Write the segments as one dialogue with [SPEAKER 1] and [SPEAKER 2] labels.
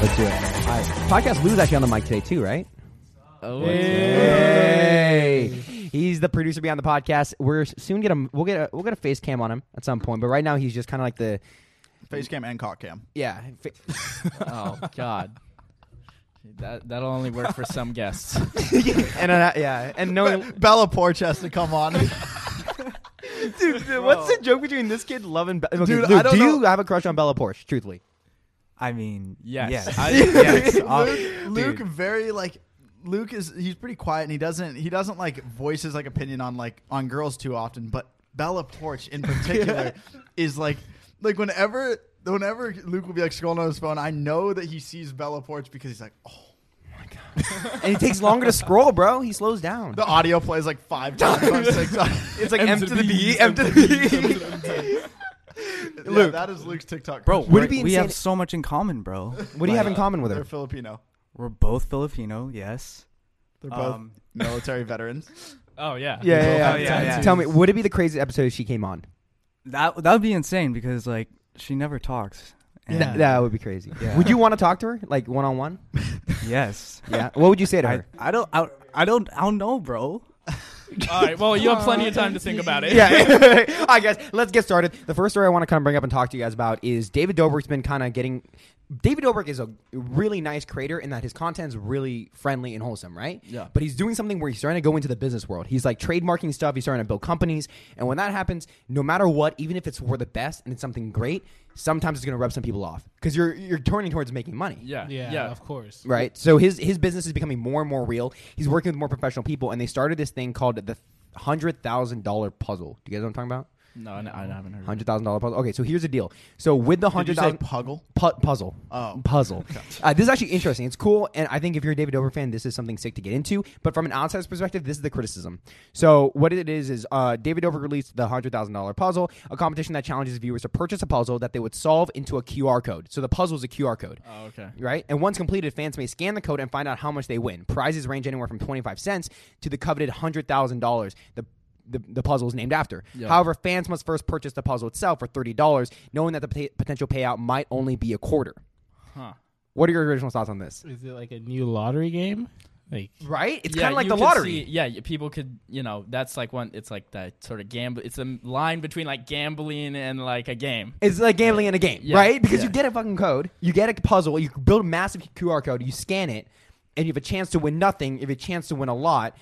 [SPEAKER 1] Let's do it. All right. Podcast Lou's actually on the mic today too, right?
[SPEAKER 2] Oh,
[SPEAKER 1] Hey. He's the producer behind the podcast. We're soon get him. We'll get a we'll get a face cam on him at some point. But right now he's just kind of like the
[SPEAKER 3] Face cam and cock cam.
[SPEAKER 1] yeah. fa-
[SPEAKER 2] oh God. That that'll only work for some guests.
[SPEAKER 1] and uh, yeah, and no.
[SPEAKER 3] Bella Porch has to come on.
[SPEAKER 1] Dude, what's the joke between this kid loving? Be- okay,
[SPEAKER 3] Dude,
[SPEAKER 1] Lou,
[SPEAKER 3] I don't
[SPEAKER 1] do
[SPEAKER 3] know-
[SPEAKER 1] you have a crush on Bella Porsche? Truthfully,
[SPEAKER 4] I mean,
[SPEAKER 2] Yes.
[SPEAKER 4] yes.
[SPEAKER 2] I-
[SPEAKER 4] yes. Uh,
[SPEAKER 3] Luke, Luke
[SPEAKER 4] dude.
[SPEAKER 3] very like Luke is he's pretty quiet and he doesn't he doesn't like voice his like opinion on like on girls too often, but Bella Porch in particular is like like whenever whenever Luke will be like scrolling on his phone, I know that he sees Bella Porch because he's like, oh
[SPEAKER 1] and it takes longer to scroll, bro. He slows down.
[SPEAKER 3] the audio plays like five times on TikTok.
[SPEAKER 1] It's like
[SPEAKER 4] Uh,
[SPEAKER 1] M to the B, M to the
[SPEAKER 3] Yeah,
[SPEAKER 1] Luke.
[SPEAKER 3] that is Luke's TikTok.
[SPEAKER 4] bro,
[SPEAKER 3] picture.
[SPEAKER 1] would it
[SPEAKER 4] we're-
[SPEAKER 1] be
[SPEAKER 4] we
[SPEAKER 1] insane-
[SPEAKER 4] have so much in common, bro.
[SPEAKER 1] B. What do you have in common with
[SPEAKER 3] they're
[SPEAKER 1] her?
[SPEAKER 3] Filipino.
[SPEAKER 4] We're both Filipino. Yes.
[SPEAKER 3] They're both
[SPEAKER 4] Um,
[SPEAKER 3] military veterans.
[SPEAKER 2] oh yeah.
[SPEAKER 1] Yeah, yeah, yeah.
[SPEAKER 4] Oh, yeah, yeah.
[SPEAKER 1] Tell me, would it be the craziest episode if she came on?
[SPEAKER 4] That that would be insane because like she never talks.
[SPEAKER 1] Th-
[SPEAKER 4] And-
[SPEAKER 1] that would be crazy.
[SPEAKER 4] Yeah.
[SPEAKER 1] Would you want to talk to her, like one on one?
[SPEAKER 4] Yes.
[SPEAKER 1] Yeah. What would you say to
[SPEAKER 4] I,
[SPEAKER 1] her?
[SPEAKER 4] I don't I, I don't I don't know, bro.
[SPEAKER 2] All right. Well, you have plenty of time to think about it.
[SPEAKER 1] yeah. I guess let's get started. The first story I want to kind of bring up and talk to you guys about is David Dobrik's been kind of getting. David Dobrik is a really nice creator in that his content's really friendly and wholesome, right?
[SPEAKER 2] Yeah.
[SPEAKER 1] But he's doing something where he's starting to go into the business world. He's like trademarking stuff. He's starting to build companies, and when that happens, no matter what, even if it's for the best and it's something great, sometimes it's going to rub some people off because you're you're turning towards making money.
[SPEAKER 2] Yeah.
[SPEAKER 5] Yeah,
[SPEAKER 2] Yeah.
[SPEAKER 5] of course.
[SPEAKER 1] right? So his his business is becoming more and more real. He's working with more professional people, and they started this thing called the hundred thousand dollar puzzle. Do you guys know what I'm talking about?
[SPEAKER 2] No, I, I haven't heard. Of
[SPEAKER 1] Hundred thousand dollar puzzle. Okay, so here's the deal. So with the
[SPEAKER 3] Mm-hmm. Did you
[SPEAKER 1] hundred
[SPEAKER 3] say
[SPEAKER 1] thousand
[SPEAKER 3] puggle?
[SPEAKER 1] pu- puzzle,
[SPEAKER 3] Oh.
[SPEAKER 1] puzzle. Uh, this is actually interesting. It's cool, and I think if you're a David Dobrik fan, this is something sick to get into. But from an outsider's perspective, this is the criticism. So what it is is uh, David Dobrik released the hundred thousand dollar puzzle, a competition that challenges viewers to purchase a puzzle that they would solve into a QR code. So the puzzle is a QR code
[SPEAKER 2] Oh, okay.
[SPEAKER 1] right? And once completed, fans may scan the code and find out how much they win. Prizes range anywhere from 25 cents to the coveted $100,000. The the, the puzzle is named after.
[SPEAKER 2] Yeah.
[SPEAKER 1] However, fans must first purchase the puzzle itself for $30, knowing that the pay- potential payout might only be a quarter.
[SPEAKER 2] Huh.
[SPEAKER 1] What are your original thoughts on this?
[SPEAKER 5] Is it like a new lottery game? Like
[SPEAKER 1] Right? It's
[SPEAKER 2] Yeah,
[SPEAKER 1] kind of like
[SPEAKER 2] you
[SPEAKER 1] the
[SPEAKER 2] could
[SPEAKER 1] lottery.
[SPEAKER 2] see- yeah, y- people could, you know, that's like one. It's like that sort of gamble. It's a m- line between like gambling and like a game.
[SPEAKER 1] It's like gambling in a game,
[SPEAKER 2] Yeah.
[SPEAKER 1] right? Because you
[SPEAKER 2] Yeah.
[SPEAKER 1] get a fucking code, you get a puzzle, you build a massive QR code, you scan it, and you have a chance to win nothing, you have a chance to win a lot,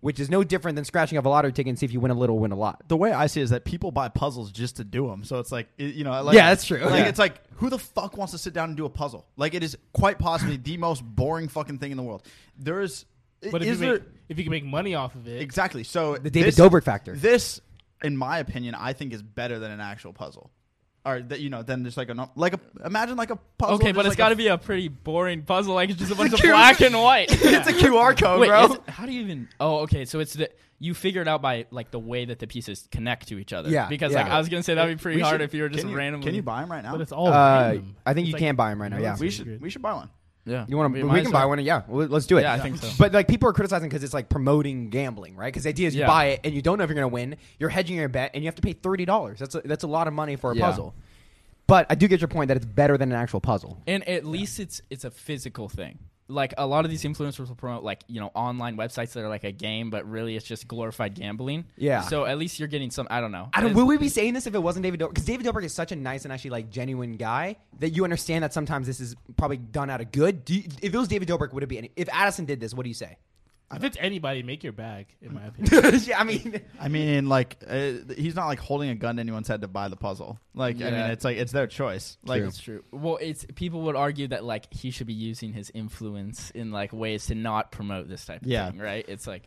[SPEAKER 1] which is no different than scratching up a lottery ticket and see if you win a little, win a lot.
[SPEAKER 3] the way I see it is that people buy puzzles just to do them. So it's like, it- you know, like,
[SPEAKER 1] Yeah, that's true.
[SPEAKER 3] Like
[SPEAKER 1] Yeah.
[SPEAKER 3] it's like, who the fuck wants to sit down and do a puzzle? Like it is quite possibly the most boring fucking thing in the world. There is,
[SPEAKER 5] but if you,
[SPEAKER 3] is there
[SPEAKER 5] make, if you can make money off of it,
[SPEAKER 3] exactly? So
[SPEAKER 1] The David Dobrik factor.
[SPEAKER 3] This, in my opinion, I think is better than an actual puzzle, or that you know, than just like a no- like a imagine like a puzzle.
[SPEAKER 2] okay, but
[SPEAKER 3] just like
[SPEAKER 2] it's got to
[SPEAKER 3] a-
[SPEAKER 2] be a pretty boring puzzle. Like it's just a bunch of
[SPEAKER 3] cute-
[SPEAKER 2] black and white.
[SPEAKER 3] It's a QR code,
[SPEAKER 2] Wait,
[SPEAKER 3] bro.
[SPEAKER 2] is it- how do you even? Oh, okay. So it's the you figure it out by like the way that the pieces connect to each other.
[SPEAKER 1] Yeah,
[SPEAKER 2] Because
[SPEAKER 1] yeah.
[SPEAKER 2] like I was gonna say that'd be pretty
[SPEAKER 3] We
[SPEAKER 2] hard
[SPEAKER 3] should-
[SPEAKER 2] if you were just
[SPEAKER 3] can
[SPEAKER 2] randomly.
[SPEAKER 3] Can you buy them right now?
[SPEAKER 5] but it's all
[SPEAKER 2] Oh,
[SPEAKER 1] Uh,
[SPEAKER 5] random.
[SPEAKER 1] I think
[SPEAKER 5] It's
[SPEAKER 1] you
[SPEAKER 5] like-
[SPEAKER 1] can buy them right now.
[SPEAKER 5] No,
[SPEAKER 1] Yeah,
[SPEAKER 5] it's-
[SPEAKER 3] we should we should buy one.
[SPEAKER 2] Yeah.
[SPEAKER 1] you want to? We,
[SPEAKER 2] might
[SPEAKER 1] can
[SPEAKER 2] as
[SPEAKER 1] buy
[SPEAKER 2] well.
[SPEAKER 1] one. Yeah, well, let's do it.
[SPEAKER 2] Yeah, I think so.
[SPEAKER 1] But like people are criticizing because it's like promoting gambling, right? Because the idea is you
[SPEAKER 2] Yeah.
[SPEAKER 1] buy it and you don't know if you're gonna win. You're hedging your bet and you have to pay thirty dollars. That's a, that's a lot of money for a
[SPEAKER 2] Yeah.
[SPEAKER 1] puzzle. But I do get your point that it's better than an actual puzzle.
[SPEAKER 2] And at least it's it's a physical thing. Like a lot of these influencers will promote like you know online websites that are like a game, but really it's just glorified gambling.
[SPEAKER 1] Yeah.
[SPEAKER 2] So at least you're getting some. I don't know.
[SPEAKER 1] I don't.
[SPEAKER 2] It's-
[SPEAKER 1] Would we be saying this if it wasn't David Dobrik? Because David Dobrik is such a nice and actually like genuine guy that you understand that sometimes this is probably done out of good. Do you, if it was David Dobrik, would it be? Any, if Addison did this, what do you say?
[SPEAKER 5] if it's anybody, make your bag. In my opinion,
[SPEAKER 1] yeah, I mean,
[SPEAKER 3] I mean, like uh, he's not like holding a gun to anyone's head to buy the puzzle. Like I mean,
[SPEAKER 2] Yeah.
[SPEAKER 3] it's like it's their choice. Like
[SPEAKER 2] It's true. Well, it's people would argue that like he should be using his influence in like ways to not promote this type of
[SPEAKER 3] Yeah.
[SPEAKER 2] thing, right? It's like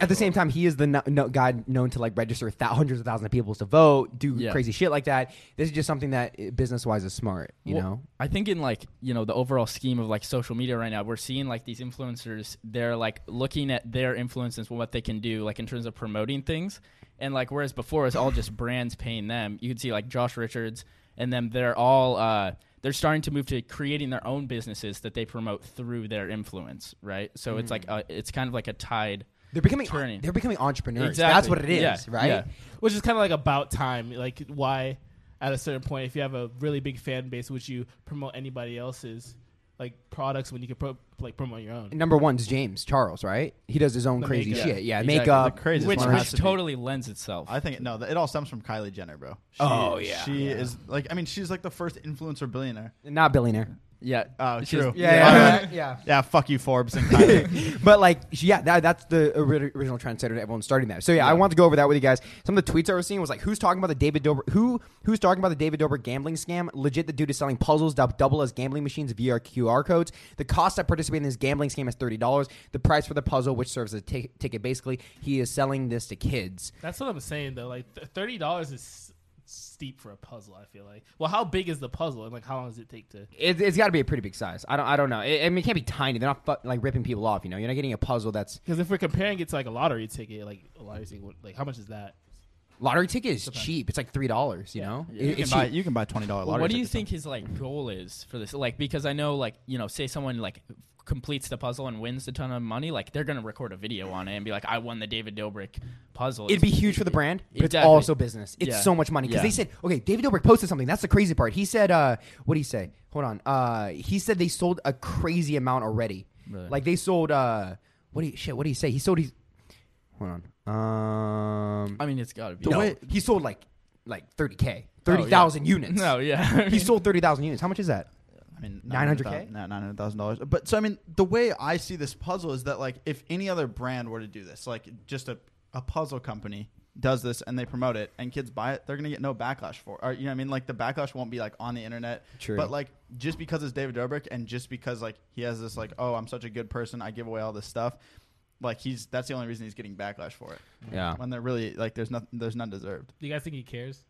[SPEAKER 1] At the same time, he is the no, no, guy known to like register th- hundreds of thousands of people to vote, do
[SPEAKER 2] Yeah.
[SPEAKER 1] crazy shit like that. This is just something that business wise is smart, you
[SPEAKER 2] Well,
[SPEAKER 1] know.
[SPEAKER 2] I think in like you know the overall scheme of like social media right now, we're seeing like these influencers. They're like looking at their influence and what they can do, like in terms of promoting things. And like whereas before it was all just brands paying them, you could see like Josh Richards and them. They're all uh, they're starting to move to creating their own businesses that they promote through their influence, right? So it's
[SPEAKER 1] Mm.
[SPEAKER 2] like a, it's kind of like a tide.
[SPEAKER 1] They're becoming
[SPEAKER 2] Turning.
[SPEAKER 1] they're becoming entrepreneurs.
[SPEAKER 2] Exactly.
[SPEAKER 1] That's what it is,
[SPEAKER 2] Yeah,
[SPEAKER 1] right?
[SPEAKER 2] yeah.
[SPEAKER 5] which is kind of like about time. Like why, at a certain point, if you have a really big fan base, would you promote anybody else's like products when you can pro- like promote your own.
[SPEAKER 1] Number one's James Charles, right? He does his own
[SPEAKER 5] The
[SPEAKER 1] crazy
[SPEAKER 5] makeup.
[SPEAKER 1] shit. Yeah,
[SPEAKER 2] Exactly.
[SPEAKER 1] makeup.
[SPEAKER 3] The craziest
[SPEAKER 2] which
[SPEAKER 3] one
[SPEAKER 2] which
[SPEAKER 3] has to be-
[SPEAKER 2] totally lends itself.
[SPEAKER 3] I think no, th- it all stems from Kylie Jenner, bro. She,
[SPEAKER 1] Oh, yeah.
[SPEAKER 3] she is like I mean she's like the first influencer billionaire.
[SPEAKER 1] Not billionaire.
[SPEAKER 2] yeah.
[SPEAKER 3] Oh,
[SPEAKER 2] She's-
[SPEAKER 3] true.
[SPEAKER 1] Yeah, yeah,
[SPEAKER 3] Uh,
[SPEAKER 1] yeah.
[SPEAKER 3] yeah. Fuck you, Forbes and Kylie.
[SPEAKER 1] but like, yeah, that, that's the ori- original trendsetter. that Everyone's starting that. So yeah, I want to go over that with you guys. Some of the tweets I was seeing was like, "Who's talking about the David Dobrik? Who who's talking about the David Dobrik gambling scam? Legit, the dude is selling puzzles dub- double as gambling machines via QR codes. The cost of participating in this gambling scam is thirty dollars. The price for the puzzle, which serves as a ti- ticket, basically, he is selling this to kids.
[SPEAKER 5] That's what I'm saying though. Like th- thirty dollars is s- steep for a puzzle. I feel like. Well, how big is the puzzle, and like how long does it take to?
[SPEAKER 1] It, it's got to be a pretty big size. I don't. I don't know. It, I mean, it can't be tiny. They're not fu- like ripping people off. You know, you're not getting a puzzle that's
[SPEAKER 5] Because if we're comparing it to like a lottery ticket, like a lottery ticket, would- like how much is that?
[SPEAKER 1] lottery ticket is cheap. It's like three dollars. You know, It-
[SPEAKER 3] You can
[SPEAKER 1] it's
[SPEAKER 3] buy
[SPEAKER 1] cheap.
[SPEAKER 3] you can buy twenty dollar
[SPEAKER 2] Well,
[SPEAKER 3] lottery.
[SPEAKER 2] what do you
[SPEAKER 3] tickets.
[SPEAKER 2] think his like goal is for this? Like, because I know, like, you know, say someone like completes the puzzle and wins a ton of money, like they're gonna record a video on it and be like, "I won the David Dobrik puzzle."
[SPEAKER 1] It'd be huge for the brand, but it's
[SPEAKER 2] Exactly.
[SPEAKER 1] also business. It's
[SPEAKER 2] Yeah.
[SPEAKER 1] so much money because
[SPEAKER 2] Yeah.
[SPEAKER 1] they said, okay, David Dobrik posted something. That's the crazy part. He said, uh, what did he say? Hold on. Uh, he said they sold a crazy amount already.
[SPEAKER 2] Really?
[SPEAKER 1] Like they sold. Uh, what do you, shit? What did he say? He sold. He's hold on. Um,
[SPEAKER 2] I mean, it's gotta be.
[SPEAKER 1] no,
[SPEAKER 2] No,
[SPEAKER 1] he sold like like thirty k, thirty thousand units.
[SPEAKER 2] no, yeah.
[SPEAKER 1] he sold thirty thousand units. How much is that?
[SPEAKER 3] I mean,
[SPEAKER 1] 900K?
[SPEAKER 3] nine hundred thousand dollars. But so I mean, the way I see this puzzle is that like if any other brand were to do this, like just a, a puzzle company does this and they promote it and kids buy it, they're gonna get no backlash for. Or you know, what I mean, like the backlash won't be like on the internet.
[SPEAKER 1] True.
[SPEAKER 3] But like just because it's David Dobrik and just because like he has this like, oh, I'm such a good person, I give away all this stuff. Like he's that's the only reason he's getting backlash for it.
[SPEAKER 1] Yeah.
[SPEAKER 3] When they're really like, there's nothing, there's none deserved.
[SPEAKER 5] Do you guys think he cares?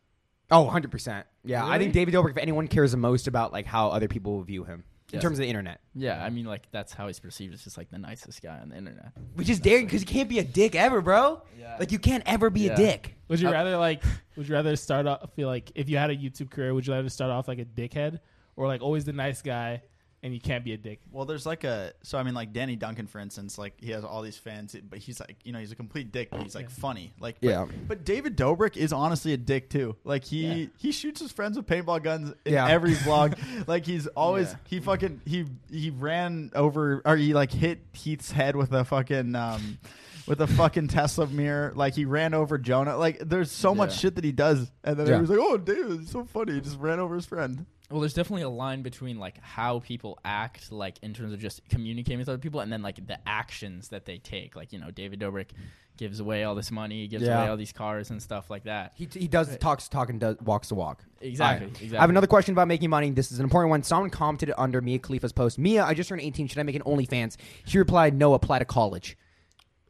[SPEAKER 1] Oh, 100%. Yeah, I
[SPEAKER 5] Really?
[SPEAKER 1] think David Dobrik, if anyone cares the most about like how other people view him in
[SPEAKER 2] Yes.
[SPEAKER 1] terms of the internet.
[SPEAKER 2] yeah, I mean, like that's how he's perceived as just like the nicest guy on the internet.
[SPEAKER 1] Which is daring because you can't be a dick ever, bro.
[SPEAKER 2] Yeah.
[SPEAKER 1] Like you can't ever be a
[SPEAKER 2] Yeah.
[SPEAKER 1] dick.
[SPEAKER 5] Would you
[SPEAKER 2] I-
[SPEAKER 5] rather like? Would you rather start off? Feel like if you had a YouTube career, would you rather start off like a dickhead or like always the nice guy, and you can't be a dick?
[SPEAKER 3] Well, there's like a so I mean like Danny Duncan for instance, like he has all these fans, but he's like you know he's a complete dick, but he's like funny, like but-
[SPEAKER 1] Yeah.
[SPEAKER 3] But, David Dobrik is honestly a dick too. Like he
[SPEAKER 2] Yeah.
[SPEAKER 3] he shoots his friends with paintball guns in
[SPEAKER 1] Yeah.
[SPEAKER 3] every vlog. like he's always
[SPEAKER 2] Yeah.
[SPEAKER 3] he fucking he he ran over or he like hit Heath's head with a fucking um with a fucking Tesla mirror. Like he ran over Jonah. Like there's so much
[SPEAKER 2] Yeah.
[SPEAKER 3] shit that he does, and then
[SPEAKER 1] Yeah.
[SPEAKER 3] he was like, oh David, it's so funny. He just ran over his friend.
[SPEAKER 2] Well, there's definitely a line between like how people act, like in terms of just communicating with other people, and then like the actions that they take. Like you know, David Dobrik gives away all this money, gives
[SPEAKER 1] Yeah.
[SPEAKER 2] away all these cars and stuff like that.
[SPEAKER 1] He, he does talks the talk and does, walks the walk.
[SPEAKER 2] Exactly.
[SPEAKER 1] All right.
[SPEAKER 2] Exactly.
[SPEAKER 1] I have another question about making money. This is an important one. Someone commented under Mia Khalifa's post. Mia, I just turned 18. Should I make an OnlyFans? She replied, No, apply to college.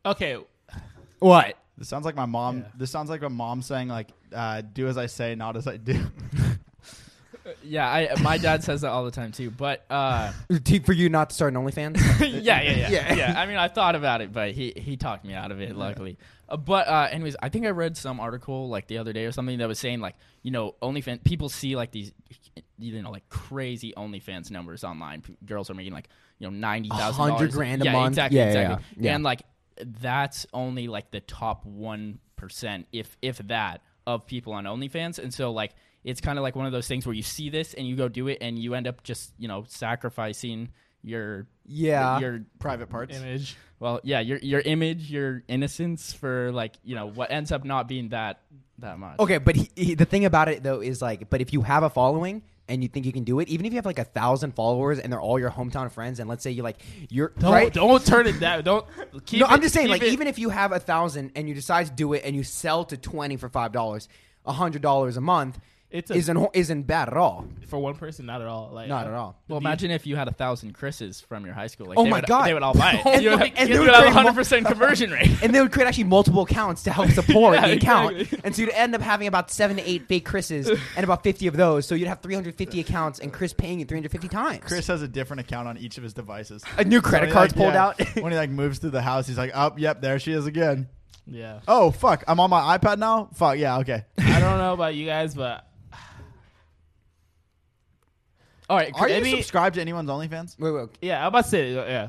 [SPEAKER 5] Okay,
[SPEAKER 1] What?
[SPEAKER 3] This sounds like my mom.
[SPEAKER 5] Yeah.
[SPEAKER 3] This sounds like my mom saying like, uh, "Do as I say, not as I do."
[SPEAKER 2] Yeah, I, my dad says that all the time too. But uh,
[SPEAKER 1] T- For you not to start an OnlyFans?
[SPEAKER 2] yeah, yeah, yeah,
[SPEAKER 1] Yeah.
[SPEAKER 2] yeah, I mean, I thought about it, but he he talked me out of it. Luckily, uh, but uh, anyways, I think I read some article like the other day or something that was saying like you know OnlyFans people see like these you know like crazy OnlyFans numbers online. P- girls are making like you know ninety thousand
[SPEAKER 1] 100 grand a
[SPEAKER 2] yeah,
[SPEAKER 1] month.
[SPEAKER 2] Exactly,
[SPEAKER 1] Yeah, yeah,
[SPEAKER 2] exactly.
[SPEAKER 1] yeah. Yeah.
[SPEAKER 2] And like that's only like the top one percent, if if that, of people on OnlyFans. And so like it's kind of like one of those things where you see this and you go do it and you end up just you know sacrificing your
[SPEAKER 1] Yeah.
[SPEAKER 2] your
[SPEAKER 3] Private parts.
[SPEAKER 5] image.
[SPEAKER 2] well yeah your your image your innocence for like you know what ends up not being that that much
[SPEAKER 1] Okay, but he, he, the thing about it though is like, but if you have a following and you think you can do it, even if you have like a thousand followers and they're all your hometown friends, and let's say you like you're
[SPEAKER 5] Don't
[SPEAKER 1] right.
[SPEAKER 5] don't turn it that. Don't keep.
[SPEAKER 1] no,
[SPEAKER 5] it-
[SPEAKER 1] I'm just saying,
[SPEAKER 5] keep
[SPEAKER 1] like,
[SPEAKER 5] it-
[SPEAKER 1] even if you have a thousand and you decide to do it and you sell to twenty for five dollars, a hundred dollars a month,
[SPEAKER 5] It's a-
[SPEAKER 1] isn't ho- isn't bad at all.
[SPEAKER 5] for one person, not at all. Like
[SPEAKER 1] Not
[SPEAKER 5] uh,
[SPEAKER 1] at all.
[SPEAKER 2] well
[SPEAKER 5] the-
[SPEAKER 2] imagine if you had a thousand chris's from your high school like,
[SPEAKER 1] Oh
[SPEAKER 2] they
[SPEAKER 1] my
[SPEAKER 2] would,
[SPEAKER 1] God. Oh
[SPEAKER 2] they would all buy it
[SPEAKER 1] And
[SPEAKER 2] you would,
[SPEAKER 1] like- and
[SPEAKER 2] you
[SPEAKER 1] they
[SPEAKER 2] would
[SPEAKER 1] would create
[SPEAKER 2] have
[SPEAKER 1] mul-
[SPEAKER 2] 100% conversion rate
[SPEAKER 1] And they would create actually multiple accounts to help support
[SPEAKER 2] Yeah,
[SPEAKER 1] the account,
[SPEAKER 2] exactly.
[SPEAKER 1] and so you'd end up having about seven to eight fake Chris's and about fifty of those. So you'd have 350 accounts and Chris paying you 350 times.
[SPEAKER 3] Chris has a different account on each of his devices.
[SPEAKER 1] a new credit card's
[SPEAKER 3] When
[SPEAKER 1] pulled
[SPEAKER 3] he, like,
[SPEAKER 1] out.
[SPEAKER 3] yeah, when he like moves through the house, he's like, "Oh, yep, there she is again."
[SPEAKER 5] yeah.
[SPEAKER 3] Oh fuck, I'm on my iPad now. Fuck yeah, okay.
[SPEAKER 5] I don't know about you guys, but
[SPEAKER 2] all right
[SPEAKER 3] Are you
[SPEAKER 5] Maybe-
[SPEAKER 3] subscribed to anyone's OnlyFans?
[SPEAKER 1] wait, wait,
[SPEAKER 5] yeah, I'm about to say uh, yeah.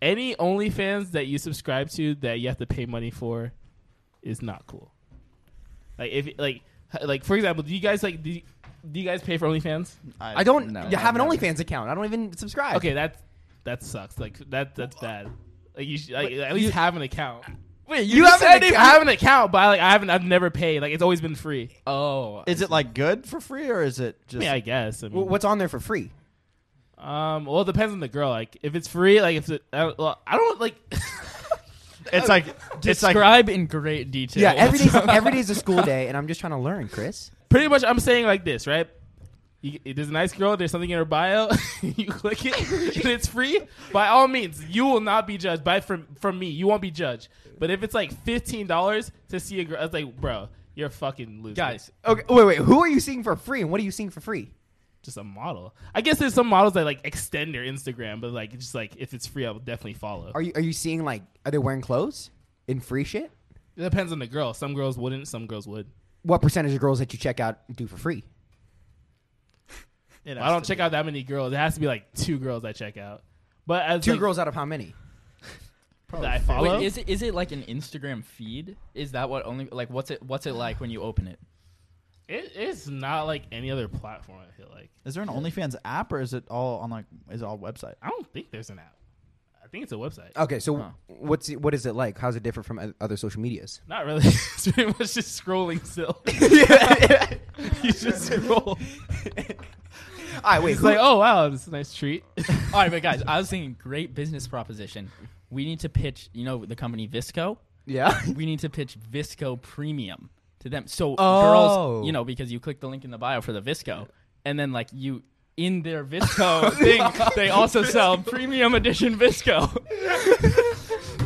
[SPEAKER 5] Any OnlyFans that you subscribe to that you have to pay money for is not cool. Like if like Like for example, do you guys like do you, do you guys pay for OnlyFans?
[SPEAKER 1] I don't
[SPEAKER 2] No,
[SPEAKER 1] you have an
[SPEAKER 2] I've never.
[SPEAKER 1] OnlyFans account. I don't even subscribe.
[SPEAKER 5] Okay, that that sucks. Like that that's bad. Like you should like, at least have an account. Wait, you,
[SPEAKER 1] have an
[SPEAKER 5] said if I
[SPEAKER 1] account?
[SPEAKER 5] have an account, but I, like I haven't. I've never paid. Like it's always been free.
[SPEAKER 2] Oh,
[SPEAKER 3] Is it like good for free or is it just?
[SPEAKER 5] Yeah, I guess. I mean,
[SPEAKER 1] W- what's on there for free?
[SPEAKER 5] um, well, it depends on the girl. Like if it's free, like if it, I, well, I don't like.
[SPEAKER 3] it's like it's like
[SPEAKER 2] describe in great detail.
[SPEAKER 1] Yeah, every day's every day's a school day, and I'm just trying to learn, Chris.
[SPEAKER 5] pretty much, I'm saying like this, right? You, there's a nice girl. There's something in her bio. you click it, and it's free. By all means, you will not be judged by from from me. You won't be judged. But if it's like fifteen dollars to see a girl, it's like, bro, you're a fucking loser,
[SPEAKER 2] guys.
[SPEAKER 1] Okay, wait, wait. Who are you seeing for free, and what are you seeing for free?
[SPEAKER 5] just a model. I guess there's some models that like extend their Instagram, but like it's just like if it's free, I will definitely follow.
[SPEAKER 1] Are you are you seeing like are they wearing clothes in free shit?
[SPEAKER 5] It depends on the girl. Some girls wouldn't. Some girls would.
[SPEAKER 1] What percentage of girls that you check out do for free?
[SPEAKER 3] It
[SPEAKER 5] I
[SPEAKER 3] has
[SPEAKER 5] don't
[SPEAKER 3] to
[SPEAKER 5] check
[SPEAKER 3] be.
[SPEAKER 5] out that many girls. It has to be like two girls I check out. But as
[SPEAKER 1] Two
[SPEAKER 5] like,
[SPEAKER 1] girls out of how many?
[SPEAKER 5] that I follow,
[SPEAKER 2] Wait, is it is it like an Instagram feed? Is that what only like what's it what's it like when you open it?
[SPEAKER 5] it, it's not like any other platform. I feel like
[SPEAKER 3] Is there an OnlyFans app or is it all on like is it all website?
[SPEAKER 5] I don't think there's an app. I think it's a website.
[SPEAKER 1] Okay, so
[SPEAKER 2] Huh.
[SPEAKER 1] what's it, what is it like? How's it different from o- other social medias?
[SPEAKER 5] Not really. it's pretty much just scrolling still. you just scroll.
[SPEAKER 1] All right, wait.
[SPEAKER 5] It's
[SPEAKER 1] who-
[SPEAKER 5] like, oh wow, this is a nice treat.
[SPEAKER 2] All right, but guys, I was thinking great business proposition. We need to pitch, you know, the company Visco.
[SPEAKER 1] yeah.
[SPEAKER 2] We need to pitch Visco Premium to them. So
[SPEAKER 1] Oh.
[SPEAKER 2] girls, you know, because you click the link in the bio for the Visco, and then like you in their Visco thing, they also sell Premium Edition Visco.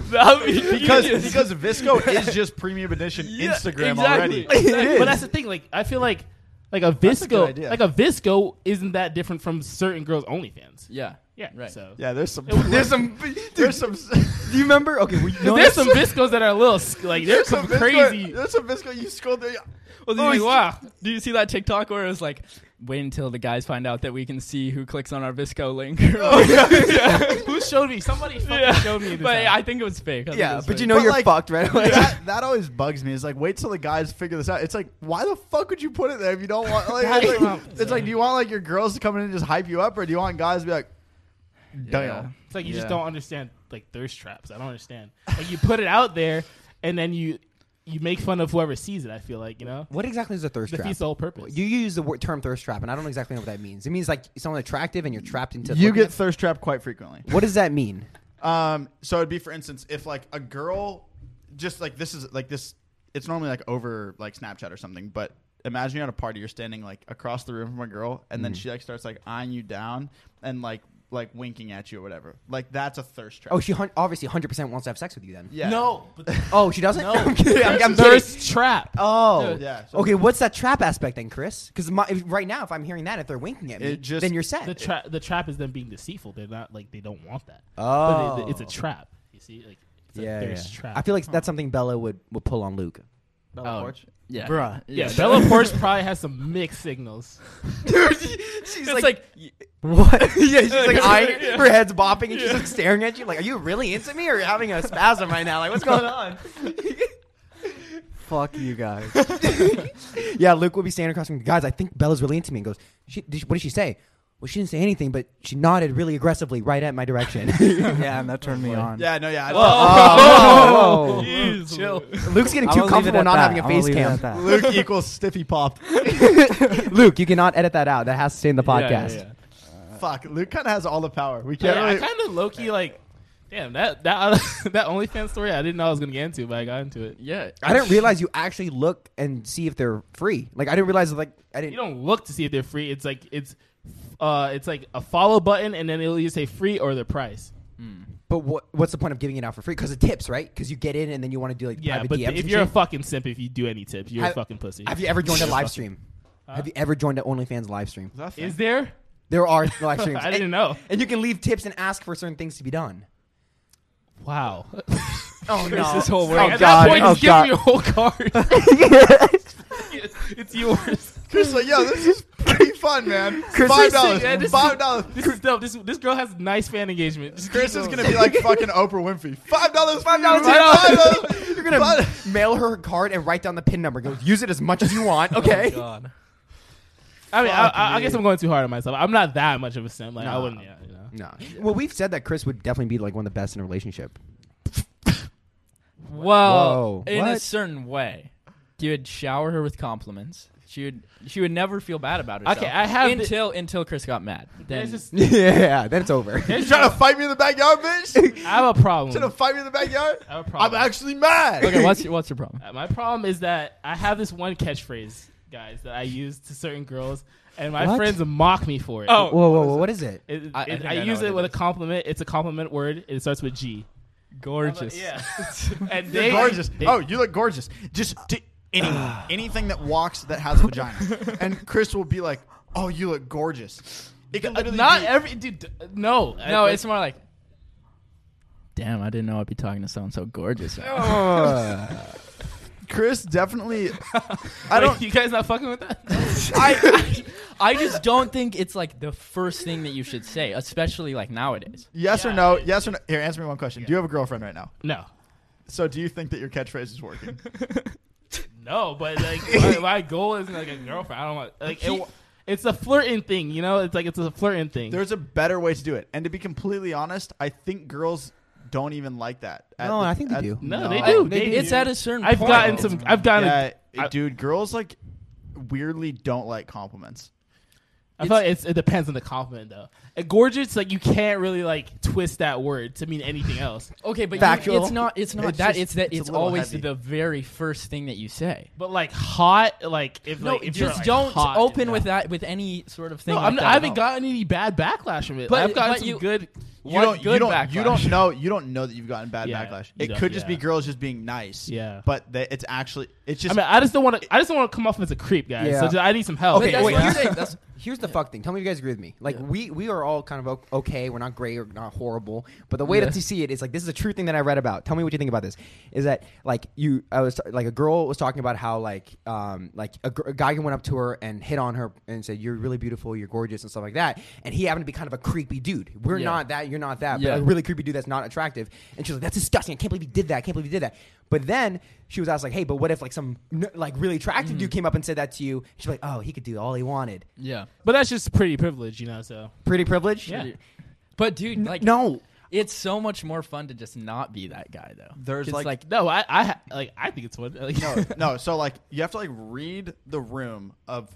[SPEAKER 2] that would be
[SPEAKER 3] Because
[SPEAKER 2] genius.
[SPEAKER 3] because Visco is just premium edition
[SPEAKER 2] Yeah,
[SPEAKER 3] Instagram
[SPEAKER 2] exactly.
[SPEAKER 3] already.
[SPEAKER 5] but that's the thing. Like, I feel like like a
[SPEAKER 3] a good
[SPEAKER 5] visco,
[SPEAKER 3] idea.
[SPEAKER 5] like a visco, isn't that different from certain girls' OnlyFans?
[SPEAKER 2] yeah,
[SPEAKER 5] Yeah,
[SPEAKER 2] right.
[SPEAKER 5] So
[SPEAKER 3] Yeah, there's some
[SPEAKER 1] There's some.
[SPEAKER 3] there's some
[SPEAKER 1] Do you remember? Okay, well, you know
[SPEAKER 5] there's some viscos that are a little sc- like there's some
[SPEAKER 3] Visco-
[SPEAKER 5] crazy.
[SPEAKER 3] There's some Visco you scroll through.
[SPEAKER 2] Well,
[SPEAKER 5] Oh,
[SPEAKER 2] then, like,
[SPEAKER 5] wow.
[SPEAKER 2] Do you see that TikTok where it was like, wait until the guys find out that we can see who clicks on our Visco link?
[SPEAKER 5] Who showed me? Somebody fucking
[SPEAKER 2] Yeah.
[SPEAKER 5] showed me. This
[SPEAKER 2] but
[SPEAKER 5] app.
[SPEAKER 2] I think it was fake. I think it
[SPEAKER 1] Yeah,
[SPEAKER 2] was
[SPEAKER 1] but you
[SPEAKER 2] fake.
[SPEAKER 1] know
[SPEAKER 3] But,
[SPEAKER 1] you're
[SPEAKER 3] like-
[SPEAKER 1] fucked right away.
[SPEAKER 3] that, that always bugs me. It's like wait till the guys figure this out. It's like why the fuck would you put it there if you don't want? Like, it's, like, it's like, do you want like your girls to come in and just hype you up, or do you want guys to be like, damn?
[SPEAKER 5] it's like you
[SPEAKER 3] Yeah.
[SPEAKER 5] just don't understand like thirst traps. I don't understand. Like you put it out there, and then you you make fun of whoever sees it. I feel like you know
[SPEAKER 1] What exactly is a thirst trap?
[SPEAKER 5] defeats the whole purpose.
[SPEAKER 1] You use the word, term thirst trap, and I don't exactly know what that means. It means like someone attractive, and you're trapped into.
[SPEAKER 3] You
[SPEAKER 1] looking
[SPEAKER 3] get
[SPEAKER 1] at-
[SPEAKER 3] thirst trapped quite frequently.
[SPEAKER 1] what does that mean?
[SPEAKER 3] Um, so it'd be for instance, if like a girl, just like this is like this, it's normally like over like Snapchat or something. But imagine you're at a party, you're standing like across the room from a girl, and then she like starts like eyeing you down and like like winking at you or whatever. Like that's a thirst trap.
[SPEAKER 1] Oh, she hun- obviously 100 percent wants to have sex with you then.
[SPEAKER 3] yeah,
[SPEAKER 5] No, but
[SPEAKER 1] Oh, she doesn't. I'm kidding. I'm, I'm kidding.
[SPEAKER 5] thirst trap.
[SPEAKER 1] Oh,
[SPEAKER 3] Yeah, so-
[SPEAKER 1] okay, what's that trap aspect then, Chris? Because right now, if I'm hearing that, if they're winking at me,
[SPEAKER 3] It just-
[SPEAKER 1] then you're
[SPEAKER 5] the
[SPEAKER 1] set.
[SPEAKER 5] trap the trap is them being deceitful. They're not like they don't want that.
[SPEAKER 1] oh,
[SPEAKER 5] But it- it's a trap. You see, like it's
[SPEAKER 1] yeah,
[SPEAKER 5] a thirst
[SPEAKER 1] yeah.
[SPEAKER 5] trap.
[SPEAKER 1] I feel like that's something Bella would, would pull on Luke.
[SPEAKER 2] Oh, yeah,
[SPEAKER 1] Bruh.
[SPEAKER 5] yeah, Bella Porsche probably has some mixed signals.
[SPEAKER 1] Dude, she's
[SPEAKER 2] It's like, y-
[SPEAKER 1] what? yeah, she's like
[SPEAKER 2] Yeah.
[SPEAKER 1] eyeing, her head's bopping, and she's like staring at you. Like, are you really into me, or having a spasm right now? Like, what's going on?
[SPEAKER 4] Fuck you guys.
[SPEAKER 1] yeah, Luke would be standing across from me. Guys, I think Bella's really into me. And goes, she, did she, what did she say? Well, she didn't say anything, but she nodded really aggressively right at my direction.
[SPEAKER 4] yeah, and that turned me on.
[SPEAKER 3] yeah, no, yeah. I-
[SPEAKER 1] Oh,
[SPEAKER 5] Jeez, chill.
[SPEAKER 1] Luke's getting
[SPEAKER 4] I'm
[SPEAKER 1] too
[SPEAKER 4] gonna leave it
[SPEAKER 1] comfortable
[SPEAKER 4] at
[SPEAKER 1] not
[SPEAKER 4] that.
[SPEAKER 1] having a
[SPEAKER 4] I'm gonna
[SPEAKER 1] face
[SPEAKER 4] leave it
[SPEAKER 1] cam.
[SPEAKER 4] at that.
[SPEAKER 3] Luke equals stiffy pop.
[SPEAKER 1] Luke, you cannot edit that out. That has to stay in the podcast.
[SPEAKER 3] Fuck, Luke kind of has all the power. We
[SPEAKER 5] Yeah,
[SPEAKER 3] can't.
[SPEAKER 5] I
[SPEAKER 3] really,
[SPEAKER 5] kind of low key like, damn that that that OnlyFans story. I didn't know I was gonna get into, but I got into it.
[SPEAKER 2] yeah.
[SPEAKER 1] I didn't realize you actually look and see if they're free. Like I didn't realize like I
[SPEAKER 5] You
[SPEAKER 1] didn't.
[SPEAKER 5] don't look to see if they're free. It's like it's uh it's like a follow button, and then it'll either say free or the price.
[SPEAKER 1] But what, what's the point of giving it out for free? Because of tips, right? Because you get in and then you want to do like
[SPEAKER 5] Yeah,
[SPEAKER 1] private
[SPEAKER 5] but
[SPEAKER 1] DMs.
[SPEAKER 5] if
[SPEAKER 1] and
[SPEAKER 5] you're a
[SPEAKER 1] shit.
[SPEAKER 5] fucking simp, if you do any tips, you're a
[SPEAKER 1] Have-
[SPEAKER 5] fucking pussy.
[SPEAKER 1] have you ever joined a
[SPEAKER 5] You're
[SPEAKER 1] live
[SPEAKER 5] fucking-
[SPEAKER 1] stream?
[SPEAKER 5] Huh?
[SPEAKER 1] Have you ever joined an OnlyFans live stream?
[SPEAKER 5] Is there?
[SPEAKER 1] There are live streams.
[SPEAKER 5] I
[SPEAKER 1] And-
[SPEAKER 5] didn't know.
[SPEAKER 1] And you can leave tips and ask for certain things to be done.
[SPEAKER 5] Wow.
[SPEAKER 1] Oh
[SPEAKER 2] Chris, this whole world.
[SPEAKER 1] Oh,
[SPEAKER 5] At
[SPEAKER 1] God.
[SPEAKER 5] that point,
[SPEAKER 1] Oh,
[SPEAKER 5] just give
[SPEAKER 1] God.
[SPEAKER 5] me your whole card. it's, it's yours.
[SPEAKER 3] Chris, like, yo, this is pretty fun, man.
[SPEAKER 1] Chris
[SPEAKER 3] Five
[SPEAKER 1] is-
[SPEAKER 3] dollars.
[SPEAKER 5] yeah, this is-
[SPEAKER 3] Five dollars.
[SPEAKER 5] This is dope. This this girl has nice fan engagement. Just
[SPEAKER 3] Chris
[SPEAKER 5] keep
[SPEAKER 3] is
[SPEAKER 5] going.
[SPEAKER 3] gonna be like fucking Oprah Winfrey. Five dollars. Five dollars.
[SPEAKER 5] Yeah.
[SPEAKER 3] Five dollars.
[SPEAKER 1] You're gonna
[SPEAKER 3] But-
[SPEAKER 1] mail her a card and write down the pin number. Go use it as much as you want. Okay.
[SPEAKER 5] God. I mean, I,
[SPEAKER 3] Fuck
[SPEAKER 5] I, I
[SPEAKER 3] me.
[SPEAKER 5] guess I'm going too hard on myself. I'm not that much of a simp. Like I
[SPEAKER 3] Nah.
[SPEAKER 5] wouldn't. Yeah, you know.
[SPEAKER 1] No. Well, we've said that Chris would definitely be like one of the best in a relationship.
[SPEAKER 2] Well,
[SPEAKER 1] Whoa,
[SPEAKER 2] in a
[SPEAKER 1] what?
[SPEAKER 2] certain way, you would shower her with compliments. She would she would never feel bad about herself.
[SPEAKER 5] Okay, I have the-
[SPEAKER 2] until until Chris got mad. Then
[SPEAKER 5] There's just,
[SPEAKER 1] yeah, then it's over.
[SPEAKER 3] You trying to fight me in the backyard, bitch?
[SPEAKER 5] I have a problem.
[SPEAKER 3] Trying to fight me in the backyard?
[SPEAKER 5] I have a
[SPEAKER 3] I'm
[SPEAKER 5] problem.
[SPEAKER 3] actually mad.
[SPEAKER 2] okay, what's your, what's your problem?
[SPEAKER 5] Uh, My problem is that I have this one catchphrase, guys, that I use to certain girls, and my
[SPEAKER 1] What?
[SPEAKER 5] friends mock me for it.
[SPEAKER 1] whoa, whoa, whoa! What is it?
[SPEAKER 5] It-
[SPEAKER 2] I- I
[SPEAKER 5] it-
[SPEAKER 2] think
[SPEAKER 5] I,
[SPEAKER 2] I know
[SPEAKER 5] use
[SPEAKER 2] what
[SPEAKER 5] it
[SPEAKER 2] it
[SPEAKER 5] with a
[SPEAKER 2] is.
[SPEAKER 5] compliment. It's a compliment word. It starts with G.
[SPEAKER 2] Gorgeous.
[SPEAKER 5] Yeah. and
[SPEAKER 3] You're
[SPEAKER 5] they
[SPEAKER 3] gorgeous.
[SPEAKER 5] They,
[SPEAKER 3] oh, you look gorgeous. Just to anyone, anything that walks that has a vagina, and Chris will be like, "Oh, you look gorgeous." It could
[SPEAKER 5] uh,
[SPEAKER 3] literally
[SPEAKER 5] not
[SPEAKER 3] be-
[SPEAKER 5] every dude. d- No,
[SPEAKER 2] No,
[SPEAKER 5] I-
[SPEAKER 2] it's more like, damn, I didn't know I'd be talking to someone so gorgeous.
[SPEAKER 3] Chris definitely. I don't.
[SPEAKER 5] You guys not fucking with that?
[SPEAKER 2] I, I just don't think it's like the first thing that you should say, especially like nowadays.
[SPEAKER 3] Yes or
[SPEAKER 5] Yeah.
[SPEAKER 3] no? Yes or no? Here, answer me one question. Do you have a girlfriend right now?
[SPEAKER 5] no.
[SPEAKER 3] So, do you think that your catchphrase is working?
[SPEAKER 5] No, but like my, my goal isn't like a girlfriend. I don't want like it, wa- it's a flirting thing, you know? It's like it's a flirting thing.
[SPEAKER 3] There's a better way to do it. And to be completely honest, I think girls don't even like that. At
[SPEAKER 1] No, I think they do.
[SPEAKER 5] No, they
[SPEAKER 3] Oh,
[SPEAKER 5] do.
[SPEAKER 2] I-
[SPEAKER 5] They
[SPEAKER 2] it's
[SPEAKER 5] do.
[SPEAKER 2] at a certain.
[SPEAKER 5] I've
[SPEAKER 2] point.
[SPEAKER 5] gotten some. I've gotten.
[SPEAKER 3] Yeah,
[SPEAKER 5] I-
[SPEAKER 3] dude, girls like weirdly don't like compliments.
[SPEAKER 5] I feel like it's, it depends on the compliment though. A gorgeous, like you can't really like twist that word to mean anything else.
[SPEAKER 2] Okay, but you-
[SPEAKER 1] Factual.
[SPEAKER 2] it's not. It's not
[SPEAKER 3] It's
[SPEAKER 2] that.
[SPEAKER 3] just-
[SPEAKER 2] it's that.
[SPEAKER 3] it's a
[SPEAKER 2] It's
[SPEAKER 3] little
[SPEAKER 2] always
[SPEAKER 3] heavy.
[SPEAKER 2] the very first thing that you say.
[SPEAKER 5] But like hot, like if
[SPEAKER 2] No,
[SPEAKER 5] like if you're,
[SPEAKER 2] just
[SPEAKER 5] like,
[SPEAKER 2] don't
[SPEAKER 5] hot,
[SPEAKER 2] open
[SPEAKER 5] no.
[SPEAKER 2] with that with any sort of thing.
[SPEAKER 5] No,
[SPEAKER 2] like
[SPEAKER 5] I'm,
[SPEAKER 2] that.
[SPEAKER 5] I haven't
[SPEAKER 2] No.
[SPEAKER 5] gotten any bad backlash from it.
[SPEAKER 2] But-
[SPEAKER 5] I've gotten
[SPEAKER 2] but
[SPEAKER 5] some
[SPEAKER 2] you-
[SPEAKER 5] good.
[SPEAKER 2] What
[SPEAKER 3] you don't, you
[SPEAKER 2] good
[SPEAKER 3] don't,
[SPEAKER 2] backlash?
[SPEAKER 3] you don't know. You don't know that you've gotten bad
[SPEAKER 5] Yeah,
[SPEAKER 3] backlash.
[SPEAKER 5] you
[SPEAKER 3] It
[SPEAKER 5] don't-
[SPEAKER 3] could just be
[SPEAKER 5] yeah.
[SPEAKER 3] girls just being nice.
[SPEAKER 5] Yeah.
[SPEAKER 3] but they, it's actually it's
[SPEAKER 5] I
[SPEAKER 3] just
[SPEAKER 5] mean, I just don't want to. I just don't want to come off as a creep, guys.
[SPEAKER 1] Yeah.
[SPEAKER 5] So just- I need some help.
[SPEAKER 2] Okay,
[SPEAKER 1] Okay,
[SPEAKER 2] that's
[SPEAKER 1] wait,
[SPEAKER 2] what I'm
[SPEAKER 1] here's,
[SPEAKER 2] saying.
[SPEAKER 1] the- here's the fuck thing. Tell me if you guys agree with me. Like we we are all kind of o- okay. We're not great. We're not horrible. But the way
[SPEAKER 2] Yeah.
[SPEAKER 1] that you see it is like this is a true thing that I read about. Tell me what you think about this. Is that like you? I was like a girl was talking about how like um like a, gr- a guy went up to her and hit on her and said you're really beautiful, you're gorgeous and stuff like that. And he happened to be kind of a creepy dude. We're
[SPEAKER 2] Yeah.
[SPEAKER 1] not that. You're not that.
[SPEAKER 2] Yeah.
[SPEAKER 1] But a really creepy dude that's not attractive. And she's like that's disgusting. I can't believe he did that. I can't believe he did that. But then she was asked like, hey, but what if like some n- like really attractive dude
[SPEAKER 5] Mm-hmm.
[SPEAKER 1] came up and said that to you? She's like, oh, he could do all he wanted
[SPEAKER 2] Yeah,
[SPEAKER 5] But that's just pretty privilege, you know. So
[SPEAKER 1] pretty privileged.
[SPEAKER 5] Yeah.
[SPEAKER 2] but dude, like
[SPEAKER 1] no,
[SPEAKER 2] it's so much more fun to just not be that guy though.
[SPEAKER 3] There's,
[SPEAKER 2] 'Cause,
[SPEAKER 3] like-
[SPEAKER 5] no, I, I ha- like I think it's one. Like,
[SPEAKER 3] no, no. So like you have to like read the room of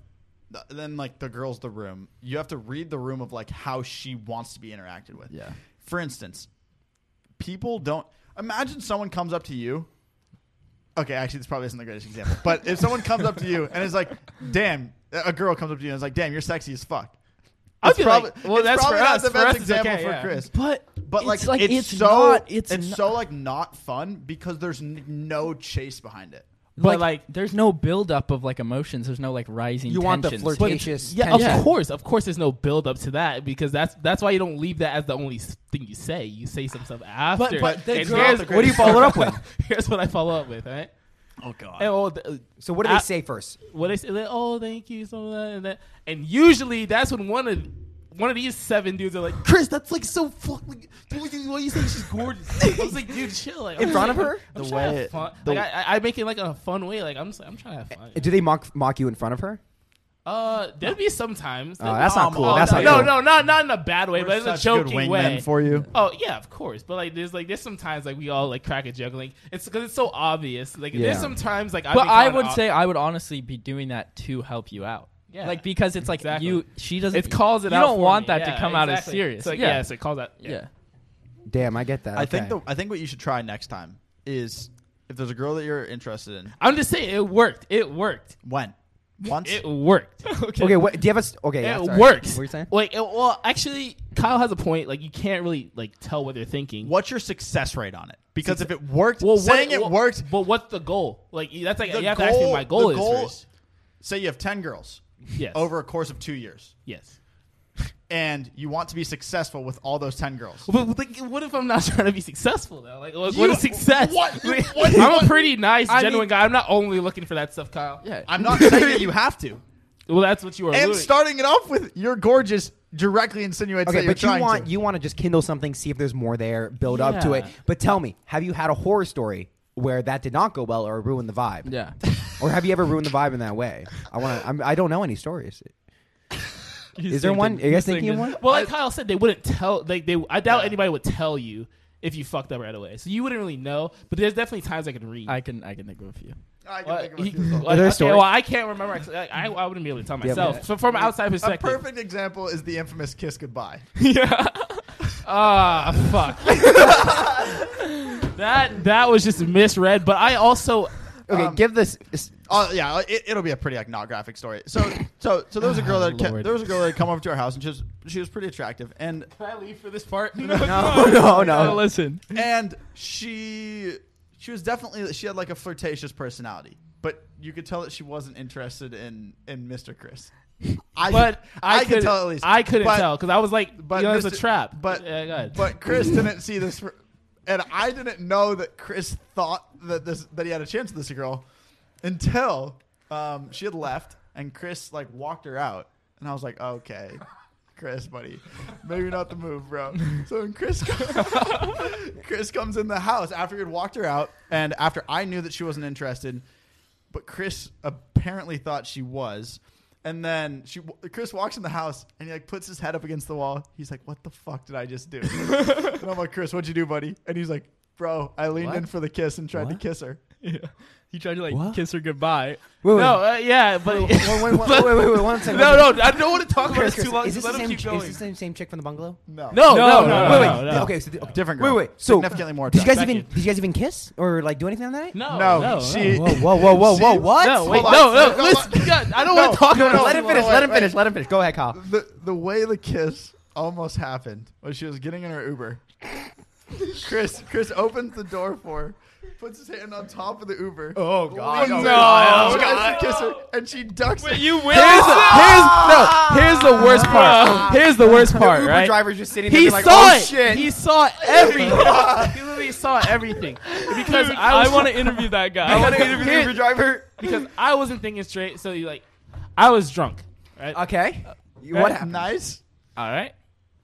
[SPEAKER 3] th- then like the girl's the room. You have to read the room of like how she wants to be interacted with.
[SPEAKER 2] Yeah.
[SPEAKER 3] For instance, people don't imagine someone comes up to you. Okay, actually, this probably isn't the greatest example, but if someone comes up to you and is like, "Damn," a girl comes up to you and is like, "Damn, you're sexy as fuck."
[SPEAKER 5] I'd
[SPEAKER 3] It's
[SPEAKER 5] be
[SPEAKER 3] probably,
[SPEAKER 5] like, well,
[SPEAKER 3] it's
[SPEAKER 5] that's
[SPEAKER 3] probably
[SPEAKER 5] for
[SPEAKER 3] not
[SPEAKER 5] us.
[SPEAKER 3] the
[SPEAKER 5] For
[SPEAKER 3] best
[SPEAKER 5] us, it's
[SPEAKER 3] example
[SPEAKER 5] okay,
[SPEAKER 3] for
[SPEAKER 5] yeah.
[SPEAKER 3] Chris.
[SPEAKER 2] but
[SPEAKER 3] But like,
[SPEAKER 2] it's like
[SPEAKER 3] it's,
[SPEAKER 2] it's
[SPEAKER 3] so
[SPEAKER 2] not-
[SPEAKER 3] it's,
[SPEAKER 2] it's not-
[SPEAKER 3] so like not fun because there's n- no chase behind it.
[SPEAKER 5] But, like-
[SPEAKER 2] there's no buildup of like emotions. There's no like rising.
[SPEAKER 1] you want the
[SPEAKER 2] tensions. But it's-
[SPEAKER 1] flirtatious.
[SPEAKER 5] Yeah, of
[SPEAKER 1] tension.
[SPEAKER 5] course, of course. There's no build up to that because that's that's why you don't leave that as the only s- thing you say. You say some stuff after.
[SPEAKER 2] but the
[SPEAKER 5] And
[SPEAKER 2] girl-
[SPEAKER 5] here's-
[SPEAKER 3] What do
[SPEAKER 1] What do you follow it up with?
[SPEAKER 5] Here's what I follow up with, right?
[SPEAKER 3] Oh god.
[SPEAKER 5] And, oh, the,
[SPEAKER 1] So what do they
[SPEAKER 5] I-
[SPEAKER 1] say first?
[SPEAKER 5] what they say? Like, oh, thank you, so much, and that. And usually that's when one of one of these seven dudes are like, Chris, that's like so fucking. What you what you say? She's gorgeous. I was like, dude, chill. Like,
[SPEAKER 1] In
[SPEAKER 5] I'm
[SPEAKER 1] front
[SPEAKER 5] just
[SPEAKER 1] of
[SPEAKER 5] like-
[SPEAKER 1] her?
[SPEAKER 5] I'm
[SPEAKER 3] The
[SPEAKER 5] trying to
[SPEAKER 3] way-
[SPEAKER 5] have fun.
[SPEAKER 3] the-
[SPEAKER 5] like, I, I make it like in a fun way. Like I'm just, I'm trying to have fun.
[SPEAKER 1] Do they mock mock you in front of her?
[SPEAKER 5] Uh, there'd be sometimes.
[SPEAKER 1] Oh, that's not
[SPEAKER 3] Oh,
[SPEAKER 1] cool.
[SPEAKER 5] Oh,
[SPEAKER 1] that's
[SPEAKER 5] no,
[SPEAKER 1] not
[SPEAKER 5] no,
[SPEAKER 1] cool.
[SPEAKER 5] no, not not in a bad way, but it's a joking way.
[SPEAKER 3] for you.
[SPEAKER 5] Oh yeah, of course. But like, there's like, there's sometimes like we all like crack a joke. Like it's because it's so obvious. Like
[SPEAKER 1] Yeah.
[SPEAKER 5] there's sometimes like, I'd
[SPEAKER 2] But
[SPEAKER 5] be
[SPEAKER 2] I
[SPEAKER 5] kinda
[SPEAKER 2] would
[SPEAKER 5] ob-
[SPEAKER 2] say I would honestly be doing that to help you out.
[SPEAKER 5] Yeah.
[SPEAKER 2] Like because it's like
[SPEAKER 5] Exactly.
[SPEAKER 2] you she doesn't
[SPEAKER 5] it calls it.
[SPEAKER 2] you
[SPEAKER 5] out
[SPEAKER 2] don't
[SPEAKER 5] for
[SPEAKER 2] want
[SPEAKER 5] me.
[SPEAKER 2] that
[SPEAKER 5] Yeah,
[SPEAKER 2] to come out as
[SPEAKER 5] exactly.
[SPEAKER 2] serious.
[SPEAKER 5] So, like, yeah.
[SPEAKER 2] yeah.
[SPEAKER 5] so it calls out. Yeah.
[SPEAKER 2] yeah.
[SPEAKER 1] Damn, I get that.
[SPEAKER 3] I think the
[SPEAKER 1] okay.
[SPEAKER 3] I think what you should try next time is if there's a girl that you're interested in,
[SPEAKER 5] I'm just saying it worked. It worked.
[SPEAKER 3] when once
[SPEAKER 5] It worked. okay.
[SPEAKER 1] Okay, what, do you have a s- okay? yeah,
[SPEAKER 5] it
[SPEAKER 1] sorry.
[SPEAKER 5] works.
[SPEAKER 1] What were you saying?
[SPEAKER 5] Like, it, well, actually, Kyle has a point. Like, you can't really like tell what they're thinking.
[SPEAKER 3] what's your success rate on it? Because
[SPEAKER 5] Success-
[SPEAKER 3] if it worked,
[SPEAKER 5] Well, what-
[SPEAKER 3] saying it
[SPEAKER 5] well,
[SPEAKER 3] worked,
[SPEAKER 5] But what's the goal? Like, that's like
[SPEAKER 3] the
[SPEAKER 5] you have
[SPEAKER 3] goal,
[SPEAKER 5] to ask me. what My goal
[SPEAKER 3] the
[SPEAKER 5] is
[SPEAKER 3] goal-
[SPEAKER 5] first.
[SPEAKER 3] Say you have ten girls
[SPEAKER 5] Yes.
[SPEAKER 3] over a course of two years,
[SPEAKER 5] Yes.
[SPEAKER 3] and you want to be successful with all those ten girls.
[SPEAKER 5] But, but, like, what if I'm not trying to be successful though? Like, what,
[SPEAKER 3] You-
[SPEAKER 5] what is success?
[SPEAKER 3] what-
[SPEAKER 5] Like,
[SPEAKER 3] what-
[SPEAKER 5] I'm a pretty nice,
[SPEAKER 2] I
[SPEAKER 5] genuine
[SPEAKER 2] mean-
[SPEAKER 5] guy. I'm not only looking for that stuff, Kyle.
[SPEAKER 2] Yeah.
[SPEAKER 3] I'm not saying that you have to.
[SPEAKER 5] Well, that's what you were.
[SPEAKER 3] And
[SPEAKER 5] alluding-
[SPEAKER 3] starting it off with you're gorgeous directly insinuates that
[SPEAKER 1] Okay,
[SPEAKER 3] you're
[SPEAKER 1] but you
[SPEAKER 3] trying
[SPEAKER 1] want
[SPEAKER 3] to.
[SPEAKER 1] you want to just kindle something, see if there's more there, build up to it.
[SPEAKER 5] Yeah.
[SPEAKER 1] But tell me, have you had a horror story where that did not go well or ruin the vibe?
[SPEAKER 2] Yeah.
[SPEAKER 1] Or have you ever ruined the vibe in that way? I want to. I don't know any stories. Is there one? Are you guys thinking of one?
[SPEAKER 5] Well, like Kyle said, they wouldn't tell. Like they, I doubt anybody would tell you if you fucked up right away. So you wouldn't really know. But there's definitely times I could read.
[SPEAKER 2] I can I can think of a few.
[SPEAKER 3] I can
[SPEAKER 5] Well,
[SPEAKER 3] think of a
[SPEAKER 5] he-
[SPEAKER 3] few as well.
[SPEAKER 5] like,
[SPEAKER 1] there
[SPEAKER 5] okay,
[SPEAKER 1] stories?
[SPEAKER 5] well, I can't remember. ex- Like, I, I wouldn't be able to tell
[SPEAKER 1] Yeah, but-
[SPEAKER 5] myself. So from an outside
[SPEAKER 3] A
[SPEAKER 5] perspective,
[SPEAKER 3] perfect example is the infamous kiss goodbye.
[SPEAKER 5] yeah. Ah, fuck. that that was just misread. But I also
[SPEAKER 1] Okay,
[SPEAKER 3] Um,
[SPEAKER 1] give this. s-
[SPEAKER 3] Oh yeah, it, it'll be a pretty like not graphic story. So so so there was a
[SPEAKER 5] Oh,
[SPEAKER 3] girl that ca-
[SPEAKER 2] Lord.
[SPEAKER 3] there was a girl that had come over to our house and she was she was pretty attractive and
[SPEAKER 5] can I leave for this part? No,
[SPEAKER 1] No, no, no.
[SPEAKER 2] listen.
[SPEAKER 3] and she she was definitely she had like a flirtatious personality, but you could tell that she wasn't interested in in Mr. Chris. I
[SPEAKER 5] But I,
[SPEAKER 3] I could
[SPEAKER 5] couldn't-
[SPEAKER 3] tell at least
[SPEAKER 5] I couldn't
[SPEAKER 3] But-
[SPEAKER 5] tell because I was like,
[SPEAKER 3] but
[SPEAKER 5] you know, it's a
[SPEAKER 3] Mr.
[SPEAKER 5] trap.
[SPEAKER 3] But
[SPEAKER 5] yeah, go ahead.
[SPEAKER 3] but Chris didn't see this, fr- and I didn't know that Chris thought that this that he had a chance with this girl until um, she had left and Chris like walked her out, and I was like, okay. Chris, buddy, maybe not the move, bro. So when Chris, Chris comes in the house after he had walked her out, and after I knew that she wasn't interested, but Chris apparently thought she was. And then she, Chris walks in the house and he like puts his head up against the wall. He's like, "What the fuck did I just do?" and I'm like, "Chris, what'd you do, buddy?" And he's like, "Bro, I leaned
[SPEAKER 2] What?
[SPEAKER 3] in for the kiss and tried to
[SPEAKER 1] What?
[SPEAKER 3] kiss her."
[SPEAKER 2] Yeah. He tried to like
[SPEAKER 1] What?
[SPEAKER 2] kiss her goodbye.
[SPEAKER 1] Wait, wait.
[SPEAKER 5] no, uh, yeah, but
[SPEAKER 1] Wait, wait, wait, wait, wait, wait, one second.
[SPEAKER 5] no, no, I don't want to talk about
[SPEAKER 1] Chris, Chris,
[SPEAKER 5] this too long.
[SPEAKER 1] is this
[SPEAKER 5] Let
[SPEAKER 1] the
[SPEAKER 5] him
[SPEAKER 1] same?
[SPEAKER 5] keep
[SPEAKER 1] ch-
[SPEAKER 5] going.
[SPEAKER 1] Is this the same chick from the bungalow?
[SPEAKER 3] No,
[SPEAKER 5] No, no, no,
[SPEAKER 2] no,
[SPEAKER 5] no.
[SPEAKER 1] wait, wait.
[SPEAKER 5] no,
[SPEAKER 1] th- Okay, so the, okay.
[SPEAKER 3] different
[SPEAKER 1] Wait,
[SPEAKER 3] girl.
[SPEAKER 1] wait. So
[SPEAKER 3] significantly more.
[SPEAKER 1] did you guys
[SPEAKER 5] Back
[SPEAKER 1] even
[SPEAKER 5] in.
[SPEAKER 1] did you guys even kiss or like do anything on that night?
[SPEAKER 5] No,
[SPEAKER 3] No,
[SPEAKER 5] no,
[SPEAKER 3] she-
[SPEAKER 1] Whoa, whoa, whoa, whoa, whoa!
[SPEAKER 3] See-
[SPEAKER 1] What?
[SPEAKER 5] No, wait,
[SPEAKER 3] Hold
[SPEAKER 5] no,
[SPEAKER 3] on,
[SPEAKER 5] no.
[SPEAKER 3] hold on.
[SPEAKER 5] Listen, God, I don't want to talk
[SPEAKER 1] No,
[SPEAKER 5] about
[SPEAKER 1] no,
[SPEAKER 5] it.
[SPEAKER 1] let him finish.
[SPEAKER 3] wait,
[SPEAKER 1] Let him
[SPEAKER 3] wait.
[SPEAKER 1] finish. Let him finish. Go ahead, Kyle.
[SPEAKER 3] the the way the kiss almost happened was she was getting in her Uber. Chris Chris opens the door for her, puts his hand on top of the Uber.
[SPEAKER 1] Oh
[SPEAKER 3] leans in,
[SPEAKER 5] No,
[SPEAKER 3] Oh,
[SPEAKER 5] God.
[SPEAKER 3] tries to kiss her, and she ducks. it.
[SPEAKER 5] You win.
[SPEAKER 2] Here's the, here's, no, here's the worst part. Here's the worst part,
[SPEAKER 1] Uber
[SPEAKER 2] right?
[SPEAKER 1] driver's just sitting there
[SPEAKER 5] He
[SPEAKER 1] being like,
[SPEAKER 5] saw
[SPEAKER 1] "Oh
[SPEAKER 5] it.
[SPEAKER 1] shit!"
[SPEAKER 5] He saw everything. he literally saw everything because I,
[SPEAKER 2] I
[SPEAKER 5] was-
[SPEAKER 2] want to interview that guy.
[SPEAKER 1] I gotta interview the
[SPEAKER 5] Here-
[SPEAKER 1] Uber driver.
[SPEAKER 5] because I wasn't thinking straight. So you like, I was drunk. Right.
[SPEAKER 1] Okay.
[SPEAKER 5] Right.
[SPEAKER 1] What happened?
[SPEAKER 3] Nice.
[SPEAKER 5] All right.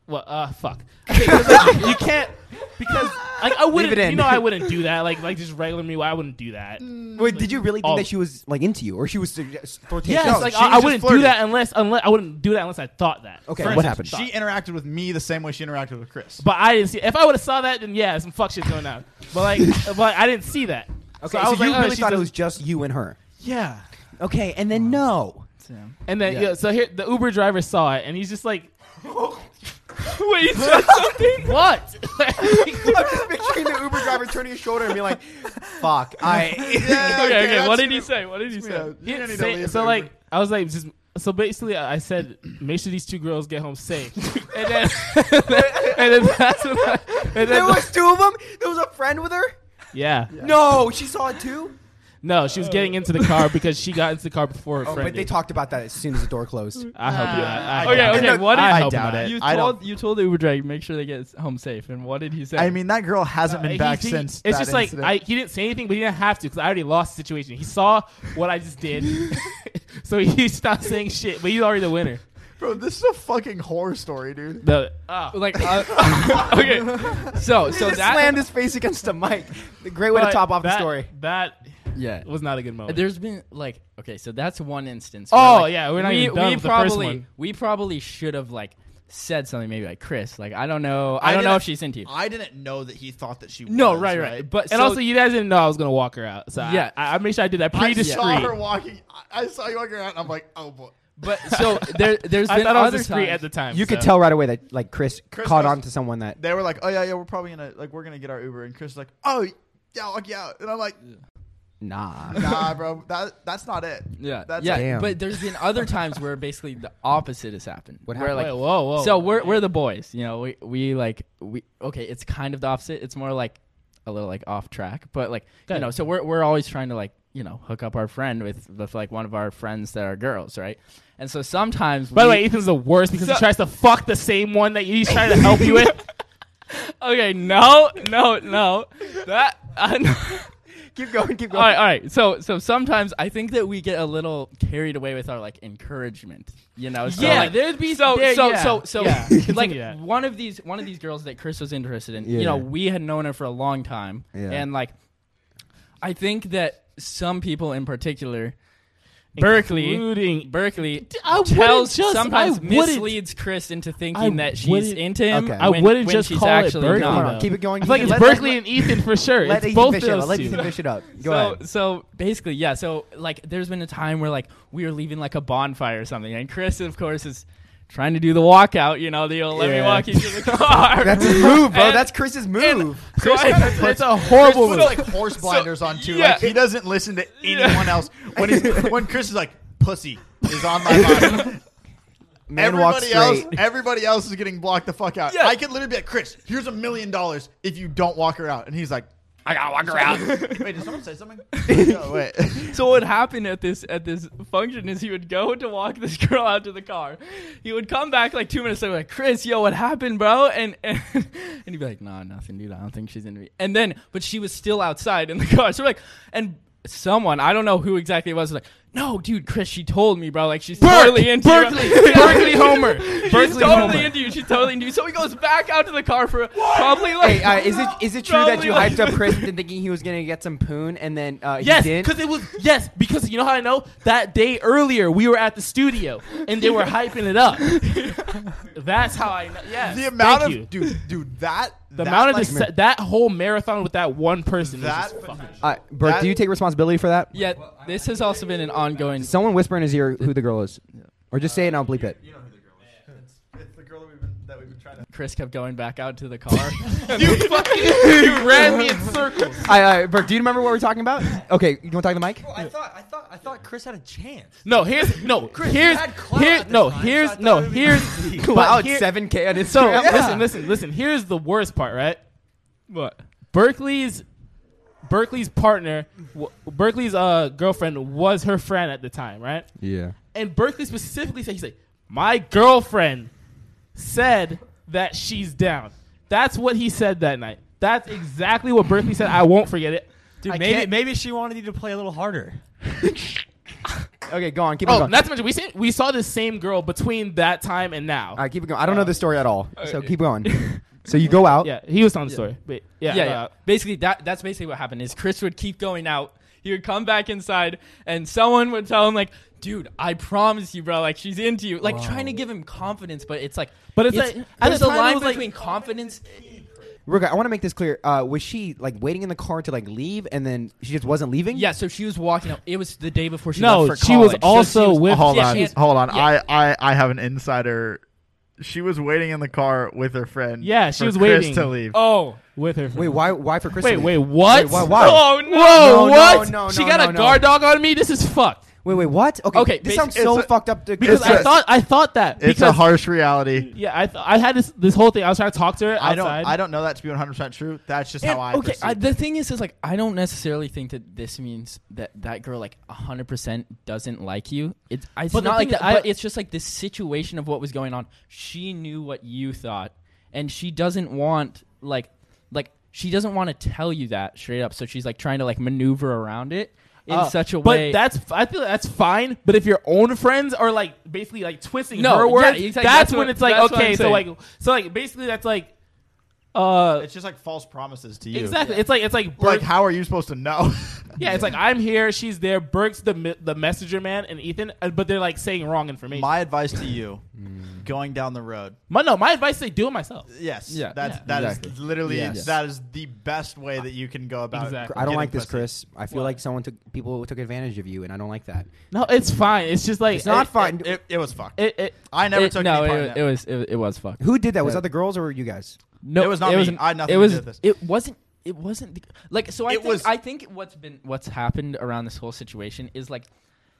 [SPEAKER 5] Well, uh, fuck. Okay, 'cause, like, you can't because like I wouldn't.
[SPEAKER 1] it in. Mm.
[SPEAKER 5] You know, I wouldn't do that. Like like just regular me. I wouldn't do that.
[SPEAKER 1] Wait, did you really think
[SPEAKER 5] Oh.
[SPEAKER 1] that she was like into you, or she was suggest- flirtatious?
[SPEAKER 5] Yes,
[SPEAKER 3] No,
[SPEAKER 5] like
[SPEAKER 3] she
[SPEAKER 5] I, I
[SPEAKER 3] just
[SPEAKER 5] wouldn't do
[SPEAKER 3] flirted.
[SPEAKER 5] that unless unless I wouldn't do that unless I thought that.
[SPEAKER 1] Okay,
[SPEAKER 5] For
[SPEAKER 1] what
[SPEAKER 5] instance,
[SPEAKER 1] happened?
[SPEAKER 3] She interacted with me the same way she interacted with Chris.
[SPEAKER 5] But I didn't see. If I would have saw that, then yeah, some fuck shit's going on. But like, but I didn't see that.
[SPEAKER 1] Okay, so,
[SPEAKER 5] I was
[SPEAKER 1] you
[SPEAKER 5] like, oh,
[SPEAKER 1] really
[SPEAKER 5] she's
[SPEAKER 1] thought it
[SPEAKER 5] a-
[SPEAKER 1] was just you and her.
[SPEAKER 5] yeah.
[SPEAKER 1] Okay, and then no.
[SPEAKER 5] And then yeah.
[SPEAKER 2] Yeah.
[SPEAKER 5] so here the Uber driver saw it, and he's just like,
[SPEAKER 2] Wait, you said something?
[SPEAKER 5] "What?"
[SPEAKER 1] I'm just picturing the Uber driver turning his shoulder and being like, "Fuck, I."
[SPEAKER 3] Yeah,
[SPEAKER 2] okay, okay. What
[SPEAKER 3] that's-
[SPEAKER 2] did he say? What did he say?
[SPEAKER 3] Yeah, you don't need to
[SPEAKER 5] Say-
[SPEAKER 3] leave
[SPEAKER 5] so
[SPEAKER 3] the
[SPEAKER 5] like,
[SPEAKER 3] Uber.
[SPEAKER 5] I was like, just so basically, I I said, make sure these two girls get home safe, and then and then that's when I, and
[SPEAKER 1] there
[SPEAKER 5] then
[SPEAKER 1] was two of them. There was a friend with her.
[SPEAKER 5] yeah.
[SPEAKER 1] No, she saw it too.
[SPEAKER 5] No, she was getting into the car because she got into the car before her
[SPEAKER 1] Oh,
[SPEAKER 5] friend.
[SPEAKER 1] but they
[SPEAKER 5] did.
[SPEAKER 1] talked about that as soon as the door closed.
[SPEAKER 5] I hope not. Uh, I
[SPEAKER 3] Okay,
[SPEAKER 5] doubt
[SPEAKER 2] okay,
[SPEAKER 5] it.
[SPEAKER 2] what
[SPEAKER 5] I
[SPEAKER 2] if-
[SPEAKER 5] hope
[SPEAKER 3] I doubt
[SPEAKER 5] not.
[SPEAKER 3] it.
[SPEAKER 2] You
[SPEAKER 3] I
[SPEAKER 2] told you told the Uber driver make sure they get home safe. And what did he say?
[SPEAKER 3] I mean, that girl hasn't
[SPEAKER 5] Uh,
[SPEAKER 3] been
[SPEAKER 5] he-
[SPEAKER 3] back
[SPEAKER 5] he-
[SPEAKER 3] since.
[SPEAKER 5] It's
[SPEAKER 3] that
[SPEAKER 5] just
[SPEAKER 3] incident.
[SPEAKER 5] like I, he didn't say anything, but he didn't have to because I already lost the situation. He saw what I just did, so he stopped saying shit. But he's already the winner.
[SPEAKER 3] bro, this is a fucking horror story, dude.
[SPEAKER 5] The ah.
[SPEAKER 2] like, uh, okay.
[SPEAKER 1] So
[SPEAKER 2] So, so
[SPEAKER 1] just
[SPEAKER 2] that
[SPEAKER 1] slammed his face against the mic. The great way
[SPEAKER 5] But
[SPEAKER 1] to top off
[SPEAKER 5] that-
[SPEAKER 1] the story.
[SPEAKER 5] That
[SPEAKER 2] yeah.
[SPEAKER 5] was not a good moment.
[SPEAKER 2] There's been like okay, so that's one instance.
[SPEAKER 5] Oh,
[SPEAKER 2] where, like,
[SPEAKER 5] yeah, we're not even done with the first
[SPEAKER 2] probably
[SPEAKER 5] one.
[SPEAKER 2] we probably should have like said something maybe like Chris, like I don't know, I, don't know
[SPEAKER 3] didn't-
[SPEAKER 2] if she's into you.
[SPEAKER 3] I didn't know that he thought that she.
[SPEAKER 2] no,
[SPEAKER 3] was,
[SPEAKER 2] right, right, But
[SPEAKER 5] and
[SPEAKER 2] so-
[SPEAKER 5] also, you guys didn't know I was gonna walk her out, so yeah,
[SPEAKER 2] Yeah.
[SPEAKER 5] I, I made sure I did that
[SPEAKER 3] I
[SPEAKER 5] pretty discreet.
[SPEAKER 3] saw her walking. I, I saw you walking around. And I'm like, oh boy.
[SPEAKER 2] but so there there's
[SPEAKER 5] I
[SPEAKER 2] been
[SPEAKER 5] thought I was
[SPEAKER 2] other
[SPEAKER 5] discreet
[SPEAKER 2] times.
[SPEAKER 5] at the time.
[SPEAKER 1] You could
[SPEAKER 5] so-
[SPEAKER 1] tell right away that like Chris,
[SPEAKER 3] Chris
[SPEAKER 1] caught
[SPEAKER 3] was-
[SPEAKER 1] on to someone that.
[SPEAKER 3] They were like, oh yeah, yeah, we're probably gonna like we're gonna get our Uber, and Chris is like, oh yeah, I'll walk you out, and I'm like,
[SPEAKER 1] Nah.
[SPEAKER 3] nah, bro, that that's not it.
[SPEAKER 2] yeah,
[SPEAKER 3] that's
[SPEAKER 2] yeah,
[SPEAKER 1] Damn.
[SPEAKER 2] but there's been other times where basically the opposite has happened.
[SPEAKER 1] What
[SPEAKER 2] where,
[SPEAKER 1] happened?
[SPEAKER 2] like,
[SPEAKER 5] Wait, whoa, whoa.
[SPEAKER 2] So we're we're the boys, you know. We we like we okay. It's kind of the opposite. It's more like a little like off track, but like
[SPEAKER 5] Good.
[SPEAKER 2] you know. So we're we're always trying to like you know hook up our friend with with like one of our friends that are girls, right? And so sometimes.
[SPEAKER 5] By the
[SPEAKER 2] we-
[SPEAKER 5] way, Ethan's the worst because he
[SPEAKER 2] So-
[SPEAKER 5] tries to fuck the same one that he's trying to help you with.
[SPEAKER 2] okay, no, no, no. That I know.
[SPEAKER 1] keep going. Keep
[SPEAKER 2] all
[SPEAKER 1] going.
[SPEAKER 2] right, all right. So, so sometimes I think that we get a little carried away with our like encouragement, you know. So,
[SPEAKER 5] Yeah,
[SPEAKER 2] like,
[SPEAKER 5] there'd be-
[SPEAKER 2] so
[SPEAKER 5] there-
[SPEAKER 2] so
[SPEAKER 5] yeah,
[SPEAKER 2] so so
[SPEAKER 5] yeah.
[SPEAKER 2] like
[SPEAKER 5] Continue that.
[SPEAKER 2] one of these one of these girls that Chris was interested in.
[SPEAKER 1] Yeah.
[SPEAKER 2] You know, we had known her for a long time,
[SPEAKER 1] Yeah.
[SPEAKER 2] and like I think that some people in particular, Berkeley,
[SPEAKER 5] including
[SPEAKER 2] Berkeley
[SPEAKER 5] I wouldn't
[SPEAKER 2] tells
[SPEAKER 5] just-
[SPEAKER 2] sometimes
[SPEAKER 5] I wouldn't-
[SPEAKER 2] misleads Chris into thinking that she's
[SPEAKER 5] wouldn't-
[SPEAKER 2] into him.
[SPEAKER 1] Okay.
[SPEAKER 5] I
[SPEAKER 2] when-
[SPEAKER 5] wouldn't
[SPEAKER 2] when
[SPEAKER 5] just
[SPEAKER 2] she's
[SPEAKER 5] call it
[SPEAKER 2] actually
[SPEAKER 5] Berkeley,
[SPEAKER 2] not.
[SPEAKER 1] Come on,
[SPEAKER 5] no.
[SPEAKER 1] keep it going.
[SPEAKER 5] I feel like
[SPEAKER 1] Ethan.
[SPEAKER 5] it's
[SPEAKER 1] Let-
[SPEAKER 5] Berkeley and Ethan for sure.
[SPEAKER 1] Let
[SPEAKER 5] it's
[SPEAKER 1] Ethan
[SPEAKER 5] both of
[SPEAKER 1] fish it up.
[SPEAKER 5] those
[SPEAKER 1] Let
[SPEAKER 5] two.
[SPEAKER 1] Ethan fish it up. Go
[SPEAKER 2] so,
[SPEAKER 1] ahead.
[SPEAKER 2] so basically, yeah. So like, there's been a time where like we were leaving like a bonfire or something, and Chris, of course, is trying to do the walkout. You know, the old, let me
[SPEAKER 1] Yeah.
[SPEAKER 2] walk you to the car.
[SPEAKER 1] That's his move, bro.
[SPEAKER 2] And-
[SPEAKER 1] That's Chris's move.
[SPEAKER 2] and- so
[SPEAKER 5] Chris
[SPEAKER 2] I-
[SPEAKER 5] puts- That's a horrible
[SPEAKER 3] Chris
[SPEAKER 5] move.
[SPEAKER 3] puts like horse blinders on too.
[SPEAKER 2] yeah.
[SPEAKER 3] Like he doesn't listen to anyone else. When he's, when Chris is like, "Pussy is on my mind."
[SPEAKER 1] Man walks
[SPEAKER 3] everybody
[SPEAKER 1] straight.
[SPEAKER 3] else, everybody else is getting blocked the fuck out.
[SPEAKER 2] Yeah.
[SPEAKER 3] I could literally be like, "Chris, here's a million dollars if you don't walk her out," and he's like, "I gotta walk her out." wait, did someone say something? No, wait.
[SPEAKER 2] So what happened at this at this function is he would go to walk this girl out to the car. He would come back like two minutes later, like Chris, yo, what happened, bro? And and, and he'd be like, Nah, nothing, dude. I don't think she's into me. And then, but she was still outside in the car. So like, and someone I don't know who exactly it was, was like, No, dude, Chris, she told me, bro. Like she's totally into
[SPEAKER 5] Berkeley,
[SPEAKER 2] you.
[SPEAKER 5] Berkeley Homer,
[SPEAKER 2] She's
[SPEAKER 5] Berkeley
[SPEAKER 2] totally
[SPEAKER 5] Homer.
[SPEAKER 2] into you. She's totally into you. So he goes back out to the car for probably like
[SPEAKER 1] Hey, uh, is it is it true that
[SPEAKER 2] Probably
[SPEAKER 1] you
[SPEAKER 2] like-
[SPEAKER 1] hyped up Chris and thinking he was gonna get some poon and then uh,
[SPEAKER 5] Yes,
[SPEAKER 1] he didn't?
[SPEAKER 5] because it was yes because you know how I know that day earlier we were at the studio and they were hyping it up. That's how I know. Yes,
[SPEAKER 3] The amount
[SPEAKER 5] thank
[SPEAKER 3] of
[SPEAKER 5] you.
[SPEAKER 3] dude, dude, that
[SPEAKER 5] the
[SPEAKER 3] that,
[SPEAKER 5] amount of
[SPEAKER 3] like,
[SPEAKER 5] the se- that whole marathon with that one person. was
[SPEAKER 3] That-
[SPEAKER 5] just fucking-
[SPEAKER 1] Uh, Burke,
[SPEAKER 3] That-
[SPEAKER 1] do you take responsibility for that?
[SPEAKER 2] Yeah, this has also been an ongoing
[SPEAKER 1] Someone whisper in his ear who the girl is, or just say it and I'll bleep it.
[SPEAKER 3] You know who the girl is. It's, it's the girl that we've been that we've been trying to.
[SPEAKER 2] Chris kept going back out to the car.
[SPEAKER 5] you fucking you ran me in circles.
[SPEAKER 1] I, uh, Burke, do you remember what we're talking about? Okay, you want to talk to the mic?
[SPEAKER 3] Oh,
[SPEAKER 6] Bro, I thought I thought I thought Chris had a chance.
[SPEAKER 5] No, here's no
[SPEAKER 6] Chris, you
[SPEAKER 5] here's
[SPEAKER 6] had clout
[SPEAKER 5] here
[SPEAKER 6] at the
[SPEAKER 5] no
[SPEAKER 6] time, so I
[SPEAKER 5] here's
[SPEAKER 6] thought
[SPEAKER 5] no
[SPEAKER 6] it would be
[SPEAKER 5] here's
[SPEAKER 6] easy.
[SPEAKER 5] but
[SPEAKER 1] Wow,
[SPEAKER 5] here-
[SPEAKER 1] seven k on Instagram.
[SPEAKER 5] So
[SPEAKER 1] Yeah.
[SPEAKER 5] listen, listen, listen. Here's the worst part, right? What? Berkeley's Berkeley's partner, w- Berkeley's uh girlfriend was her friend at the time, right?
[SPEAKER 1] Yeah.
[SPEAKER 5] And Berkeley specifically said, he's like, my girlfriend said that she's down. That's what he said that night. That's exactly what Berkeley said. I won't forget it.
[SPEAKER 6] Dude,
[SPEAKER 5] I
[SPEAKER 6] maybe
[SPEAKER 5] can't-
[SPEAKER 6] maybe she wanted you to play a little harder.
[SPEAKER 1] Okay, go on. Keep it
[SPEAKER 5] Oh,
[SPEAKER 1] going.
[SPEAKER 5] not to mention we seen, we saw the same girl between that time and now.
[SPEAKER 1] all right, keep it going. I don't know this story at all, so
[SPEAKER 2] okay.
[SPEAKER 1] keep going. So you go out.
[SPEAKER 5] yeah, he was telling the story. But yeah,
[SPEAKER 2] yeah,
[SPEAKER 5] uh,
[SPEAKER 2] yeah. Basically, that that's basically what happened. Is Chris would keep going out. He would come back inside, and someone would tell him like, "Dude, I promise you, bro. Like, she's into you. Like, trying to give him confidence, but it's like,
[SPEAKER 5] But it's like- at
[SPEAKER 2] there's
[SPEAKER 5] the
[SPEAKER 2] a
[SPEAKER 5] time, it
[SPEAKER 2] line
[SPEAKER 5] was like-
[SPEAKER 2] between confidence.
[SPEAKER 1] Rook, I want to make this clear. Uh, was she like waiting in the car to like leave, and then she just wasn't leaving?
[SPEAKER 2] Yeah. So she was walking out. It was the day before she
[SPEAKER 5] No,
[SPEAKER 2] left for
[SPEAKER 5] she was
[SPEAKER 2] college, so
[SPEAKER 5] also with-
[SPEAKER 3] hold
[SPEAKER 2] yeah,
[SPEAKER 3] on,
[SPEAKER 2] she had-
[SPEAKER 3] hold on.
[SPEAKER 2] yeah.
[SPEAKER 3] I, I, I have an insider. She was waiting in the car with her friend.
[SPEAKER 5] Yeah, she
[SPEAKER 3] for
[SPEAKER 5] was
[SPEAKER 3] Chris
[SPEAKER 5] waiting.
[SPEAKER 3] to leave.
[SPEAKER 5] Oh, with her.
[SPEAKER 1] Wait, why? Why for Chris?
[SPEAKER 5] Wait,
[SPEAKER 1] to
[SPEAKER 5] wait,
[SPEAKER 1] leave?
[SPEAKER 5] what?
[SPEAKER 1] Wait, why- why?
[SPEAKER 5] Oh, no.
[SPEAKER 1] No,
[SPEAKER 5] Whoa,
[SPEAKER 1] no,
[SPEAKER 5] what?
[SPEAKER 1] no, no,
[SPEAKER 5] she got
[SPEAKER 1] no,
[SPEAKER 5] a
[SPEAKER 1] no.
[SPEAKER 5] guard dog on me. This is fucked.
[SPEAKER 1] Wait, wait, what? Okay,
[SPEAKER 2] Okay,
[SPEAKER 1] this
[SPEAKER 2] basi-
[SPEAKER 1] sounds
[SPEAKER 3] it's
[SPEAKER 1] so
[SPEAKER 3] a-
[SPEAKER 1] fucked up. To
[SPEAKER 5] Because
[SPEAKER 3] It's
[SPEAKER 5] I
[SPEAKER 3] a-
[SPEAKER 5] thought I thought that
[SPEAKER 3] It's a
[SPEAKER 5] because
[SPEAKER 3] harsh reality.
[SPEAKER 5] yeah, I th- I had this this whole thing. I was trying to talk to her outside.
[SPEAKER 3] I don't I don't know that to be 100 percent true. That's just
[SPEAKER 2] And,
[SPEAKER 3] how I.
[SPEAKER 2] okay,
[SPEAKER 3] perceive
[SPEAKER 2] I,
[SPEAKER 3] it.
[SPEAKER 2] the thing is, is like I don't necessarily think that this means that that girl like hundred percent doesn't like you. It's it's
[SPEAKER 5] But the
[SPEAKER 2] not like
[SPEAKER 5] thing is,
[SPEAKER 2] that.
[SPEAKER 5] I-
[SPEAKER 2] but it's just like the situation of what was going on. She knew what you thought, and she doesn't want like like she doesn't want to tell you that straight up. So she's like trying to like maneuver around it in
[SPEAKER 5] Uh,
[SPEAKER 2] such a
[SPEAKER 5] but
[SPEAKER 2] way.
[SPEAKER 5] that's I feel like that's fine. But if your own friends are like basically like twisting
[SPEAKER 2] No,
[SPEAKER 5] her
[SPEAKER 2] yeah,
[SPEAKER 5] words,
[SPEAKER 2] exactly.
[SPEAKER 5] that's,
[SPEAKER 2] That's
[SPEAKER 5] when
[SPEAKER 2] what-
[SPEAKER 5] it's like
[SPEAKER 2] that's what
[SPEAKER 5] okay.
[SPEAKER 2] I'm
[SPEAKER 5] So like
[SPEAKER 2] saying.
[SPEAKER 5] so like basically that's like uh
[SPEAKER 3] it's just like false promises to you.
[SPEAKER 5] exactly. It's like it's like Burke,
[SPEAKER 3] Like how are you supposed to know?
[SPEAKER 5] yeah. It's like I'm here, she's there. Burke's the me- the messenger man and Ethan, uh, but they're like Mm. saying wrong information. My,
[SPEAKER 3] My advice to you, going down the road.
[SPEAKER 5] no, my advice is like, do it myself.
[SPEAKER 3] Yes.
[SPEAKER 2] Yeah.
[SPEAKER 3] That's
[SPEAKER 2] Yeah.
[SPEAKER 3] that is
[SPEAKER 1] Exactly.
[SPEAKER 3] literally
[SPEAKER 1] Yes.
[SPEAKER 3] that is the best way that you can go about.
[SPEAKER 5] Exactly.
[SPEAKER 1] I don't
[SPEAKER 3] getting
[SPEAKER 1] like this,
[SPEAKER 3] pussy.
[SPEAKER 1] Chris. I feel
[SPEAKER 5] What?
[SPEAKER 1] like someone took people took advantage of you, and I don't like that.
[SPEAKER 5] No, it's fine. It's just like
[SPEAKER 1] It's not
[SPEAKER 5] it-
[SPEAKER 1] fine.
[SPEAKER 3] It, it was fucked.
[SPEAKER 5] It, it,
[SPEAKER 3] I never
[SPEAKER 2] it,
[SPEAKER 3] took
[SPEAKER 2] no,
[SPEAKER 3] any part
[SPEAKER 2] it,
[SPEAKER 3] in that.
[SPEAKER 2] it was it, it was fucked.
[SPEAKER 1] Who did that? Was that the girls or you guys?
[SPEAKER 2] No,
[SPEAKER 3] It was not me. I had nothing
[SPEAKER 2] it
[SPEAKER 3] to
[SPEAKER 2] was,
[SPEAKER 3] do with this.
[SPEAKER 2] It wasn't. It wasn't the, like. So I
[SPEAKER 3] It
[SPEAKER 2] think,
[SPEAKER 3] was-
[SPEAKER 2] I think what's been what's happened around this whole situation is like,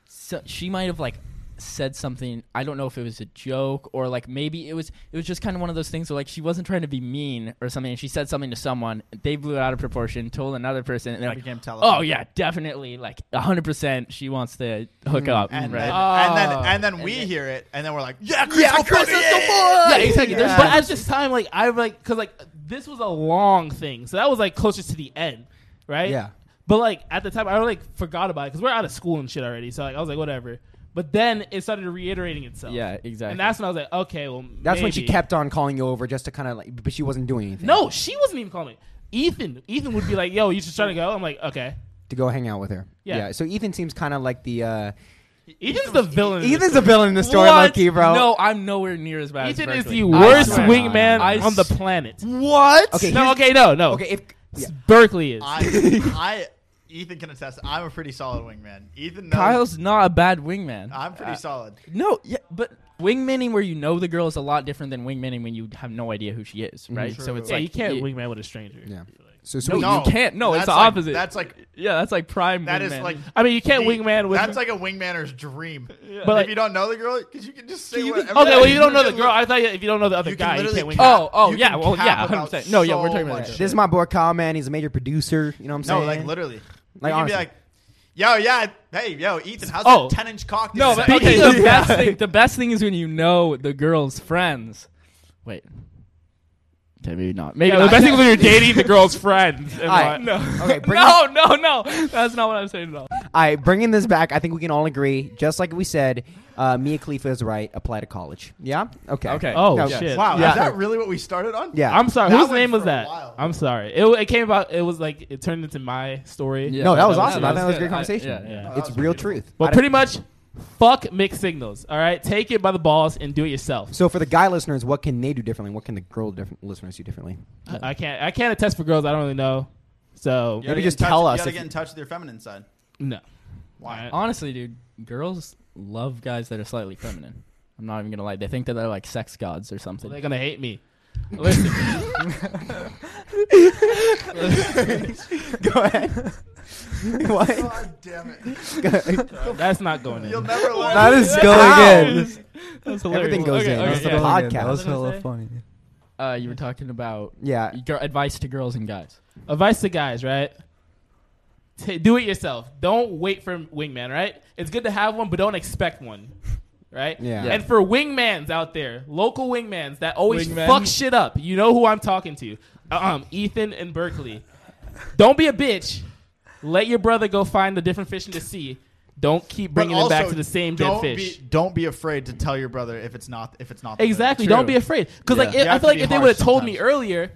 [SPEAKER 2] so she might have like said something. I don't know if it was a joke or like maybe it was. It was just kind of one of those things where like she wasn't trying to be mean or something. And she said something to someone. They blew it out of proportion. Told another person. And they're like,
[SPEAKER 3] became telephone.
[SPEAKER 2] Oh yeah, definitely. Like hundred percent. She wants to hook up.
[SPEAKER 3] Mm. And,
[SPEAKER 2] Mm, right.
[SPEAKER 3] then, and
[SPEAKER 5] Oh.
[SPEAKER 3] then and then we
[SPEAKER 2] then-
[SPEAKER 3] hear it, and then we're like, yeah, Chris, yeah, Chris is the
[SPEAKER 5] yeah, exactly.
[SPEAKER 3] Yeah.
[SPEAKER 5] But at this time, like I like because like this was a long thing, so that was like closest to the end, right?
[SPEAKER 1] Yeah.
[SPEAKER 5] But like at the time, I like forgot about it because we're out of school and shit already. So like I was like whatever. But then it started reiterating itself.
[SPEAKER 2] yeah. Exactly.
[SPEAKER 5] And that's when I was like, okay, well,
[SPEAKER 1] That's when she
[SPEAKER 5] maybe.
[SPEAKER 1] kept on calling you over just to kind of like, but she wasn't doing anything.
[SPEAKER 5] No, she wasn't even calling me. Ethan, Ethan would be like, "Yo, you should try to go." I'm like, "Okay."
[SPEAKER 1] to go hang out with her.
[SPEAKER 5] Yeah.
[SPEAKER 1] So Ethan seems kind of like the uh,
[SPEAKER 3] E-,
[SPEAKER 5] Ethan's the villain. in this
[SPEAKER 1] Ethan's a villain in the story,
[SPEAKER 2] Mm. What?
[SPEAKER 1] Loki, bro.
[SPEAKER 2] No, I'm nowhere near as bad.
[SPEAKER 5] Ethan
[SPEAKER 2] as
[SPEAKER 5] is
[SPEAKER 2] Berkeley.
[SPEAKER 5] the
[SPEAKER 2] I
[SPEAKER 5] worst
[SPEAKER 2] swear.
[SPEAKER 5] wingman
[SPEAKER 2] I
[SPEAKER 5] on the
[SPEAKER 2] s-
[SPEAKER 5] planet.
[SPEAKER 3] What?
[SPEAKER 1] Okay,
[SPEAKER 5] no,
[SPEAKER 1] here's-
[SPEAKER 5] okay, no, no.
[SPEAKER 1] Okay, if mm-hmm. yeah.
[SPEAKER 5] S- Berkeley is.
[SPEAKER 3] I, I, Ethan can attest. I'm a pretty solid wingman. Ethan knows.
[SPEAKER 2] Kyle's not a bad wingman.
[SPEAKER 3] I'm pretty solid.
[SPEAKER 2] no, yeah, but wingmaning where you know the girl is a lot different than wingmaning when you have no idea who she is,
[SPEAKER 5] Mhm.
[SPEAKER 2] right? So
[SPEAKER 3] True.
[SPEAKER 2] it's
[SPEAKER 5] yeah,
[SPEAKER 2] like
[SPEAKER 5] you can't wingman with a stranger.
[SPEAKER 1] Yeah.
[SPEAKER 5] I feel like.
[SPEAKER 1] so
[SPEAKER 2] No,
[SPEAKER 1] sweet.
[SPEAKER 2] you can't. No, it's
[SPEAKER 3] that's
[SPEAKER 2] the
[SPEAKER 3] like-
[SPEAKER 2] opposite.
[SPEAKER 3] That's like
[SPEAKER 2] Yeah, that's like prime.
[SPEAKER 3] that
[SPEAKER 2] wingman.
[SPEAKER 3] is like.
[SPEAKER 5] I mean, you can't
[SPEAKER 3] the-
[SPEAKER 5] wingman with.
[SPEAKER 3] That's like a wingmaner's dream. But
[SPEAKER 5] But like-
[SPEAKER 3] if you don't know the girl, because you can just say
[SPEAKER 2] You can-
[SPEAKER 3] whatever.
[SPEAKER 5] Okay, Oh, well, you don't know the
[SPEAKER 3] can
[SPEAKER 5] girl.
[SPEAKER 3] li-
[SPEAKER 5] I thought if you don't know the other
[SPEAKER 3] you can
[SPEAKER 5] guy, you
[SPEAKER 3] literally
[SPEAKER 5] can't wingman.
[SPEAKER 2] Oh, oh,
[SPEAKER 3] you
[SPEAKER 2] yeah,
[SPEAKER 3] can
[SPEAKER 2] well,
[SPEAKER 3] cap
[SPEAKER 2] yeah,
[SPEAKER 3] about
[SPEAKER 2] 100%. No, yeah,
[SPEAKER 3] so
[SPEAKER 2] we're talking about
[SPEAKER 3] much.
[SPEAKER 2] that.
[SPEAKER 1] This is my boy Kyle, man. He's a major producer. You know what I'm
[SPEAKER 3] No,
[SPEAKER 1] saying?
[SPEAKER 3] like literally.
[SPEAKER 1] Like,
[SPEAKER 3] you can be
[SPEAKER 1] honestly.
[SPEAKER 3] like, yo, yeah, hey, yo, Ethan, how's
[SPEAKER 5] Oh.
[SPEAKER 3] that ten inch cock?
[SPEAKER 2] No,
[SPEAKER 3] that
[SPEAKER 2] but okay.
[SPEAKER 5] Speaking
[SPEAKER 2] The
[SPEAKER 5] of-
[SPEAKER 2] best thing, the best thing is when you know the girl's friends. Wait. Okay, maybe not. Maybe
[SPEAKER 5] Yeah, the
[SPEAKER 2] not.
[SPEAKER 5] best thing is when you're dating the girl's friends. and
[SPEAKER 1] Alright.
[SPEAKER 5] like-
[SPEAKER 1] okay, bring
[SPEAKER 2] no, no, no. That's not what I'm saying at all.
[SPEAKER 1] I bringing this back. I think we can all agree, just like we said, uh, Mia Khalifa is right. Apply to college. Yeah. Okay.
[SPEAKER 2] Okay.
[SPEAKER 5] Oh
[SPEAKER 1] No,
[SPEAKER 5] shit!
[SPEAKER 3] Wow,
[SPEAKER 1] Yeah.
[SPEAKER 3] is that really what we started on?
[SPEAKER 1] Yeah.
[SPEAKER 5] I'm sorry.
[SPEAKER 3] That
[SPEAKER 5] Whose
[SPEAKER 3] went
[SPEAKER 5] name was
[SPEAKER 3] for a
[SPEAKER 5] that?
[SPEAKER 3] while.
[SPEAKER 5] I'm sorry. It, it came about. It was like it turned into my story.
[SPEAKER 2] Yeah.
[SPEAKER 1] no, that was
[SPEAKER 5] that was-
[SPEAKER 1] awesome.
[SPEAKER 5] that
[SPEAKER 1] I thought it was a
[SPEAKER 2] was
[SPEAKER 1] great
[SPEAKER 2] good. I-
[SPEAKER 1] conversation.
[SPEAKER 2] yeah, yeah.
[SPEAKER 3] Oh, that
[SPEAKER 1] It's
[SPEAKER 3] was
[SPEAKER 1] real
[SPEAKER 3] beautiful.
[SPEAKER 1] truth.
[SPEAKER 5] Well,
[SPEAKER 1] I
[SPEAKER 5] pretty
[SPEAKER 1] don't-
[SPEAKER 5] much, fuck mixed signals. All right, take it by the balls and do it yourself.
[SPEAKER 1] So for the guy listeners, what can they do differently? What can the girl different listeners do differently?
[SPEAKER 5] I can't. I can't attest for girls. I don't really know.
[SPEAKER 3] You
[SPEAKER 5] So
[SPEAKER 3] gotta
[SPEAKER 1] Maybe
[SPEAKER 3] get
[SPEAKER 1] just
[SPEAKER 3] in touch-
[SPEAKER 1] tell
[SPEAKER 3] you
[SPEAKER 1] us
[SPEAKER 3] gotta
[SPEAKER 1] if-
[SPEAKER 3] get in touch with your feminine side.
[SPEAKER 5] no.
[SPEAKER 3] Why?
[SPEAKER 5] All right.
[SPEAKER 2] Honestly, dude, girls love guys that are slightly feminine. I'm not even gonna lie. They think that they're like sex gods or something.
[SPEAKER 5] They're gonna hate me. Listen,
[SPEAKER 1] Go ahead. what?
[SPEAKER 3] God damn it!
[SPEAKER 5] that's not going
[SPEAKER 3] You'll
[SPEAKER 5] in.
[SPEAKER 3] never learn.
[SPEAKER 4] That is
[SPEAKER 1] How?
[SPEAKER 4] going in.
[SPEAKER 5] That's
[SPEAKER 1] Everything goes
[SPEAKER 5] Okay,
[SPEAKER 1] in.
[SPEAKER 5] okay,
[SPEAKER 1] That's the
[SPEAKER 5] yeah.
[SPEAKER 1] pod- podcast.
[SPEAKER 4] That was
[SPEAKER 5] What was I
[SPEAKER 4] hella
[SPEAKER 5] say?
[SPEAKER 4] funny.
[SPEAKER 2] Uh, you were talking about
[SPEAKER 1] Yeah.
[SPEAKER 2] your advice to girls and guys.
[SPEAKER 5] Advice to guys, right? Ta do it yourself. Don't wait for wingman, right? It's good to have one, but don't expect one, right?
[SPEAKER 1] Yeah.
[SPEAKER 2] Yeah.
[SPEAKER 5] And for wingmans out there, local wingmans that always
[SPEAKER 2] Wingmen.
[SPEAKER 5] fuck shit up, you know who I'm talking to. Um, Ethan and Berkeley. Don't be a bitch. Let your brother go find a different fish in the sea. Don't keep
[SPEAKER 3] But
[SPEAKER 5] bringing them back
[SPEAKER 3] also,
[SPEAKER 5] to the same dead
[SPEAKER 3] don't
[SPEAKER 5] fish.
[SPEAKER 3] Be, don't be afraid to tell your brother if it's not if it's not the fish.
[SPEAKER 5] exactly.
[SPEAKER 2] True.
[SPEAKER 5] Don't be afraid. Because like,
[SPEAKER 2] Yeah.
[SPEAKER 5] if-
[SPEAKER 3] You
[SPEAKER 5] I
[SPEAKER 3] have
[SPEAKER 5] feel
[SPEAKER 3] to
[SPEAKER 5] like
[SPEAKER 3] be
[SPEAKER 5] if they would have
[SPEAKER 3] harsh
[SPEAKER 5] told me
[SPEAKER 3] sometimes.
[SPEAKER 5] earlier,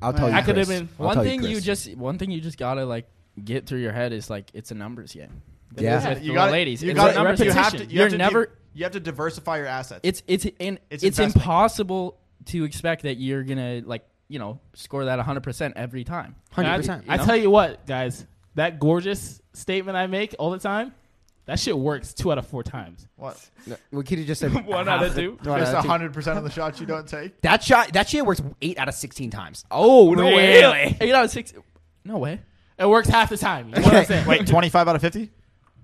[SPEAKER 1] I'll tell you.
[SPEAKER 5] I could have
[SPEAKER 1] Chris.
[SPEAKER 5] been-
[SPEAKER 1] I'll
[SPEAKER 2] one
[SPEAKER 1] tell
[SPEAKER 2] thing you,
[SPEAKER 1] Chris.
[SPEAKER 2] just one thing you just gotta like get through your head is like it's a numbers game. It
[SPEAKER 1] Yeah.
[SPEAKER 2] is with
[SPEAKER 3] You
[SPEAKER 2] the
[SPEAKER 3] got
[SPEAKER 2] ladies.
[SPEAKER 3] You
[SPEAKER 2] It's
[SPEAKER 3] got
[SPEAKER 2] a
[SPEAKER 3] to. You have to.
[SPEAKER 2] repetition.
[SPEAKER 3] You have
[SPEAKER 2] You're
[SPEAKER 3] to
[SPEAKER 2] never.
[SPEAKER 3] di- you have to diversify your assets.
[SPEAKER 2] it's it's in,
[SPEAKER 3] It's
[SPEAKER 2] it's,
[SPEAKER 3] investment.
[SPEAKER 2] impossible to expect that you're gonna like you know score that 100 percent every time.
[SPEAKER 1] Hundred
[SPEAKER 5] I-
[SPEAKER 1] percent.
[SPEAKER 5] I,
[SPEAKER 2] know?
[SPEAKER 5] tell you what, guys, that gorgeous statement I make all the time, that shit works two out of four times.
[SPEAKER 3] what?
[SPEAKER 1] We could have just said
[SPEAKER 5] One out of two.
[SPEAKER 1] No,
[SPEAKER 3] Just
[SPEAKER 1] no, two.
[SPEAKER 3] hundred percent of the shots you don't take.
[SPEAKER 1] That shot. That shit works eight out of sixteen times.
[SPEAKER 2] Oh
[SPEAKER 5] no way.
[SPEAKER 2] Eight out of six. No way.
[SPEAKER 5] It works half the time. You know what I'm saying?
[SPEAKER 3] Wait, twenty-five out of fifty?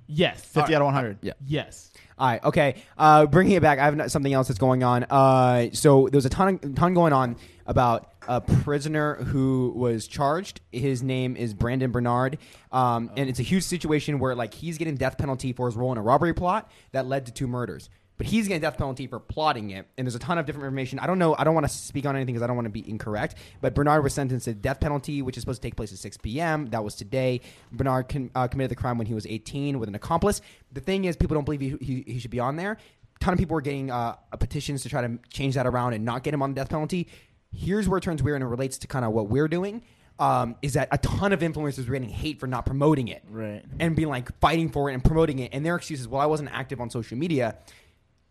[SPEAKER 5] Yes.
[SPEAKER 3] Fifty out of one hundred.
[SPEAKER 1] Yeah.
[SPEAKER 5] Yes.
[SPEAKER 1] All right, okay. Uh, bringing it back, I have no- something else that's going on. Uh, so there's a ton, ton going on about a prisoner who was charged. His name is Brandon Bernard, um, and it's a huge situation where like he's getting death penalty for his role in a robbery plot that led to two murders. But he's getting death penalty for plotting it, and there's a ton of different information. I don't know. I don't want to speak on anything because I don't want to be incorrect. But Bernard was sentenced to death penalty, which is supposed to take place at 6 p.m. That was today. Bernard con- uh, committed the crime when he was 18 with an accomplice. The thing is, people don't believe he, he, he should be on there. ton of people are getting uh, petitions to try to change that around and not get him on the death penalty. Here's where it turns weird and it relates to kind of what we're doing. Um, is that a ton of influencers were getting hate for not promoting it
[SPEAKER 2] Right.
[SPEAKER 1] and being like fighting for it and promoting it and their excuse is well i wasn't active on social media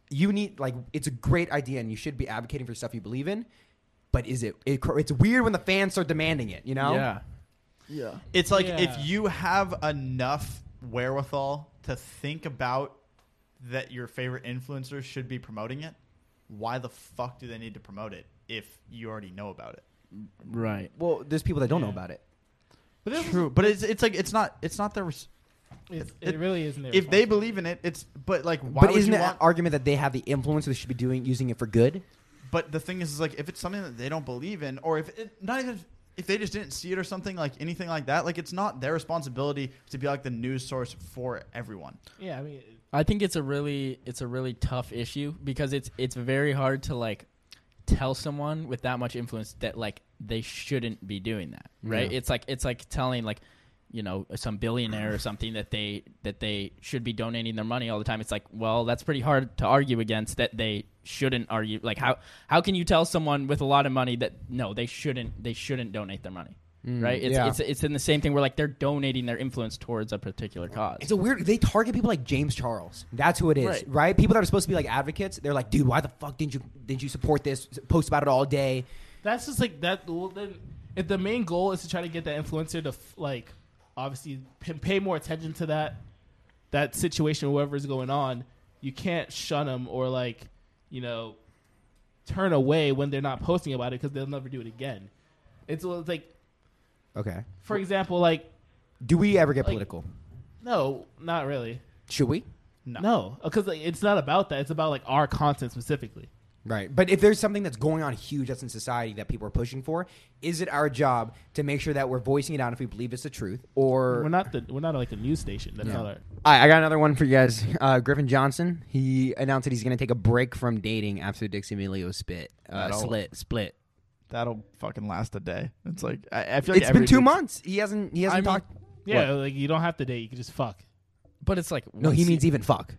[SPEAKER 1] you need like it's a great idea and you should be advocating for stuff you believe in but is it, it it's weird when the fans start demanding it you know
[SPEAKER 2] Yeah.
[SPEAKER 4] Yeah.
[SPEAKER 3] It's like
[SPEAKER 5] Yeah.
[SPEAKER 3] if you have enough wherewithal to think about that your favorite influencer should be promoting it, why the fuck do they need to promote it if you already know about it?
[SPEAKER 2] Right.
[SPEAKER 1] well there's people that don't know
[SPEAKER 5] Yeah.
[SPEAKER 1] about it
[SPEAKER 3] But True, but it's it's like it's not it's not their res-
[SPEAKER 5] It's,
[SPEAKER 3] If-
[SPEAKER 5] it really isn't. their
[SPEAKER 3] if they
[SPEAKER 5] responsibility.
[SPEAKER 3] believe in it, it's but like why
[SPEAKER 1] but
[SPEAKER 3] would
[SPEAKER 1] isn't
[SPEAKER 3] you
[SPEAKER 1] it an
[SPEAKER 3] want?
[SPEAKER 1] argument that they have the influence so they should be doing using it for good
[SPEAKER 3] but the thing is, is like if it's something that they don't believe in, or if it, not even if they just didn't see it or something like anything like that, like it's not their responsibility to be like the news source for everyone.
[SPEAKER 5] yeah, I mean,
[SPEAKER 2] I think it's a really it's a really tough issue because it's it's very hard to like tell someone with that much influence that like they shouldn't be doing that, right?
[SPEAKER 1] Yeah.
[SPEAKER 2] It's like it's like telling like you know some billionaire or something that they that they should be donating their money all the time. It's like, well, that's pretty hard to argue against that they shouldn't argue. Like how how can you tell someone with a lot of money that no, they shouldn't they shouldn't donate their money? right? It's,
[SPEAKER 1] Mm, yeah.
[SPEAKER 2] it's it's in the same thing where like they're donating their influence towards a particular cause.
[SPEAKER 1] It's a weird. They target people like James Charles. That's who it is, right?
[SPEAKER 2] Right.
[SPEAKER 1] People that are supposed to be like advocates. They're like, dude, why the fuck didn't you didn't you support this? Post about it all day.
[SPEAKER 5] That's just like that. Well, then, if the main goal is to try to get that influencer to f- like, obviously p- pay more attention to that that situation, whatever's going on, you can't shun them or like, you know, turn away when they're not posting about it because they'll never do it again. It's well, it's like,
[SPEAKER 1] Okay.
[SPEAKER 5] for example, like
[SPEAKER 1] Do we ever get
[SPEAKER 5] Like-
[SPEAKER 1] political?
[SPEAKER 5] no, not really,
[SPEAKER 1] Should we?
[SPEAKER 5] no, because like, it's not about that. It's about like our content specifically.
[SPEAKER 1] Right. But if there's something that's going on huge that's in society that people are pushing for, is it our job to make sure that we're voicing it out if we believe it's the truth? Or
[SPEAKER 5] We're not the we're not like a news station. That's
[SPEAKER 1] Yeah.
[SPEAKER 5] not our.
[SPEAKER 1] All right, I got another one for you guys. Uh, Griffin Johnson, he announced that he's going to take a break from dating after Dixie Emilio spit, uh,
[SPEAKER 3] That'll-
[SPEAKER 1] slit, split.
[SPEAKER 3] That'll fucking last a day. It's like I, I feel like
[SPEAKER 1] It's
[SPEAKER 3] every
[SPEAKER 1] been two
[SPEAKER 3] dude's-
[SPEAKER 1] months. He hasn't. He hasn't
[SPEAKER 2] I mean-
[SPEAKER 1] talked.
[SPEAKER 5] Yeah, like you don't have to date. You can just fuck.
[SPEAKER 2] But it's like
[SPEAKER 1] No,
[SPEAKER 2] once
[SPEAKER 1] he
[SPEAKER 2] you-
[SPEAKER 1] means even fuck.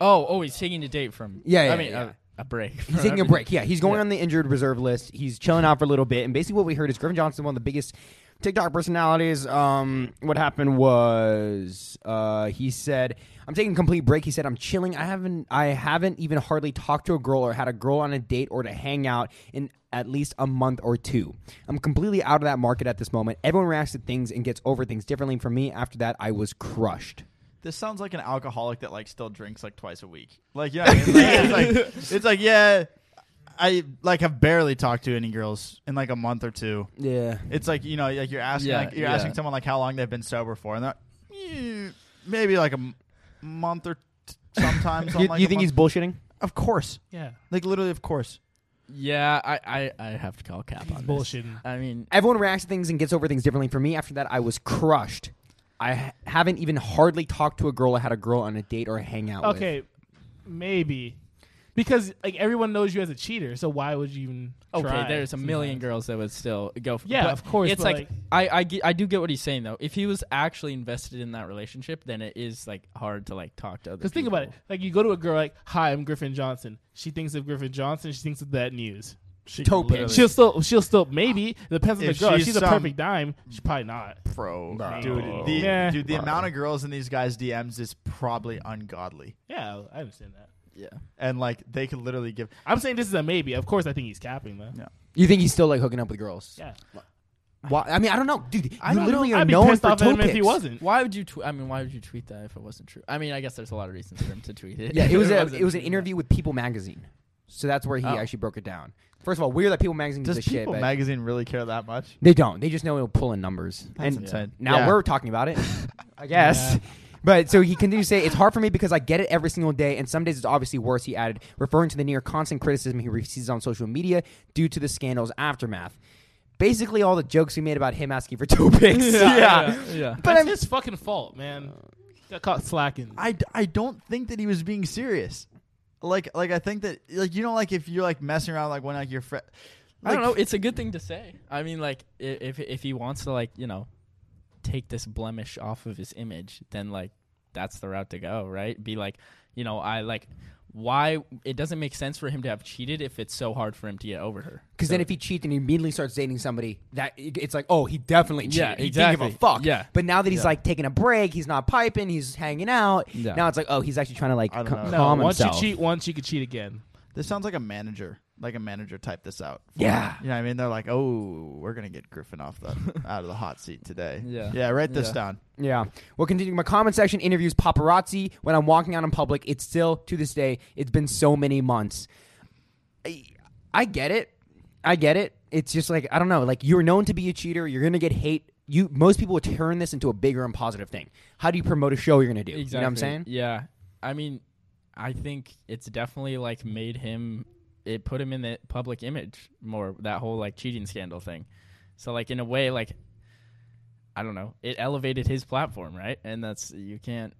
[SPEAKER 2] oh oh he's taking a date from
[SPEAKER 1] Yeah, yeah,
[SPEAKER 2] I mean
[SPEAKER 1] yeah.
[SPEAKER 2] A, a break
[SPEAKER 1] He's taking a break. Yeah, he's going on the injured reserve list. He's chilling out for a little bit. And basically, what we heard is Griffin Johnson, one of the biggest TikTok personalities. Um, what happened was uh, he said, "I'm taking a complete break." He said, "I'm chilling. I haven't, I haven't even hardly talked to a girl or had a girl on a date or to hang out in at least a month or two. I'm completely out of that market at this moment. Everyone reacts to things and gets over things differently. And for me, after that, I was crushed."
[SPEAKER 3] This sounds like an alcoholic that like still drinks like twice a week. Like yeah, it's like, it's like it's like, yeah, I like have barely talked to any girls in like a month or two.
[SPEAKER 1] Yeah.
[SPEAKER 3] It's like you know like you're asking
[SPEAKER 2] Yeah,
[SPEAKER 3] like, you're
[SPEAKER 2] yeah.
[SPEAKER 3] asking someone like how long they've been sober for, and they're like, "Eh, maybe like a m- month or t- sometimes.
[SPEAKER 1] You, you think he's bullshitting?
[SPEAKER 3] Of course,
[SPEAKER 5] Yeah,
[SPEAKER 3] like literally, of course.
[SPEAKER 2] yeah I, I I have to call cap
[SPEAKER 5] he's
[SPEAKER 2] on this.
[SPEAKER 5] bullshitting.
[SPEAKER 2] I mean
[SPEAKER 1] everyone reacts to things and gets over things differently. For me, after that, I was crushed. I ha- haven't even hardly talked to a girl I had a girl on a date or a hangout with.
[SPEAKER 5] Okay, maybe because like everyone knows you as a cheater, so why would you even?
[SPEAKER 2] okay
[SPEAKER 5] try
[SPEAKER 2] there's a million
[SPEAKER 5] sometimes?
[SPEAKER 2] girls that would still go for
[SPEAKER 5] Yeah,
[SPEAKER 2] but
[SPEAKER 5] of course,
[SPEAKER 2] it's
[SPEAKER 5] but,
[SPEAKER 2] like, I I, ge- I do get what he's saying though if he was actually invested in that relationship then it is like hard to like talk to other
[SPEAKER 5] Because think about it, like you go to a girl like, "Hi, I'm Griffin Johnson." She thinks of Griffin Johnson. She thinks of that news.
[SPEAKER 3] She
[SPEAKER 1] Taupe.
[SPEAKER 3] literally-
[SPEAKER 5] She'll still, she'll still maybe depends on
[SPEAKER 3] If
[SPEAKER 5] the girl.
[SPEAKER 3] she's
[SPEAKER 5] She's, a
[SPEAKER 3] some-
[SPEAKER 5] perfect dime. She's probably not.
[SPEAKER 3] Bro,
[SPEAKER 5] Bro.
[SPEAKER 3] dude, the,
[SPEAKER 5] Yeah.
[SPEAKER 3] dude, the amount of girls in these guys' DMs is probably ungodly,
[SPEAKER 5] Yeah, I understand that.
[SPEAKER 2] yeah
[SPEAKER 3] and like they could literally give.
[SPEAKER 5] I'm saying this is a maybe. Of course, I think he's capping though.
[SPEAKER 1] You think he's still like hooking up with girls?
[SPEAKER 5] Yeah,
[SPEAKER 1] Why- I mean, I don't know, dude. You
[SPEAKER 5] I don't
[SPEAKER 1] literally
[SPEAKER 5] know.
[SPEAKER 1] are
[SPEAKER 5] I'd be
[SPEAKER 1] known
[SPEAKER 5] pissed
[SPEAKER 1] for
[SPEAKER 5] off at
[SPEAKER 1] toe
[SPEAKER 5] him if he
[SPEAKER 1] pics.
[SPEAKER 5] wasn't.
[SPEAKER 2] why would you tw- I mean why would you tweet that if it wasn't true I mean I guess there's a lot of reasons for him to tweet it
[SPEAKER 1] Yeah, it was
[SPEAKER 2] If
[SPEAKER 1] a, it was an
[SPEAKER 2] true.
[SPEAKER 1] interview with People Magazine, so that's where he
[SPEAKER 2] Oh.
[SPEAKER 1] actually broke it down. First of all, weird that People Magazine
[SPEAKER 3] Does
[SPEAKER 1] gives a shit.
[SPEAKER 3] People
[SPEAKER 1] but
[SPEAKER 3] Magazine really care that much?
[SPEAKER 1] they don't. They just know it'll pull in numbers.
[SPEAKER 3] That's
[SPEAKER 1] and
[SPEAKER 3] insane.
[SPEAKER 1] now
[SPEAKER 3] Yeah.
[SPEAKER 1] we're talking about it, I guess. But so he continues to say, it's hard for me because I get it every single day, and some days it's obviously worse, he added, referring to the near constant criticism he receives on social media due to the scandal's aftermath. Basically, all the jokes we made about him asking for two pics.
[SPEAKER 2] yeah yeah
[SPEAKER 1] But
[SPEAKER 5] that's
[SPEAKER 1] I'm-
[SPEAKER 5] his fucking fault, man. Got caught slacking.
[SPEAKER 3] I, d- I don't think that he was being serious. Like like I think that like you know like if you're like messing around like when like your friend.
[SPEAKER 2] I don't know. It's a good thing to say. I mean, like, i- if if he wants to, like, you know, take this blemish off of his image, then like, that's the route to go, right? Be like, you know, I like. Why it doesn't make sense for him to have cheated if it's so hard for him to get over her?
[SPEAKER 1] Because then, if he cheats and he immediately starts dating somebody, that it's like, oh, he definitely cheated.
[SPEAKER 2] Yeah,
[SPEAKER 1] He didn't give a
[SPEAKER 2] exactly.
[SPEAKER 1] fuck.
[SPEAKER 2] Yeah.
[SPEAKER 1] But now that he's
[SPEAKER 2] Yeah.
[SPEAKER 1] like taking a break, he's not piping, he's hanging out.
[SPEAKER 2] Yeah.
[SPEAKER 1] Now it's like, oh, he's actually trying to like
[SPEAKER 3] I don't
[SPEAKER 1] ca-
[SPEAKER 3] know. No,
[SPEAKER 5] no,
[SPEAKER 1] calm
[SPEAKER 5] once
[SPEAKER 1] himself.
[SPEAKER 5] you cheat once, you can cheat again.
[SPEAKER 3] This sounds like a manager, like a manager typed this out. for
[SPEAKER 1] Yeah.
[SPEAKER 3] him. you know what I mean. They're like, oh, we're gonna get Griffin off the out of the hot seat today.
[SPEAKER 2] Yeah.
[SPEAKER 3] yeah. Write this
[SPEAKER 2] Yeah.
[SPEAKER 3] down.
[SPEAKER 1] Yeah. Well, continuing my comment section interviews paparazzi when I'm walking out in public. It's still to this day. It's been so many months. I, I get it. I get it. It's just like I don't know. Like you're known to be a cheater. You're gonna get hate. You most people would turn this into a bigger and positive thing. How do you promote a show you're gonna do? You know what I'm saying?
[SPEAKER 2] Yeah. I mean, I think it's definitely like made him. It put him in the public image more. That whole like cheating scandal thing. So like in a way, like I don't know, it elevated his platform, right? And that's you can't.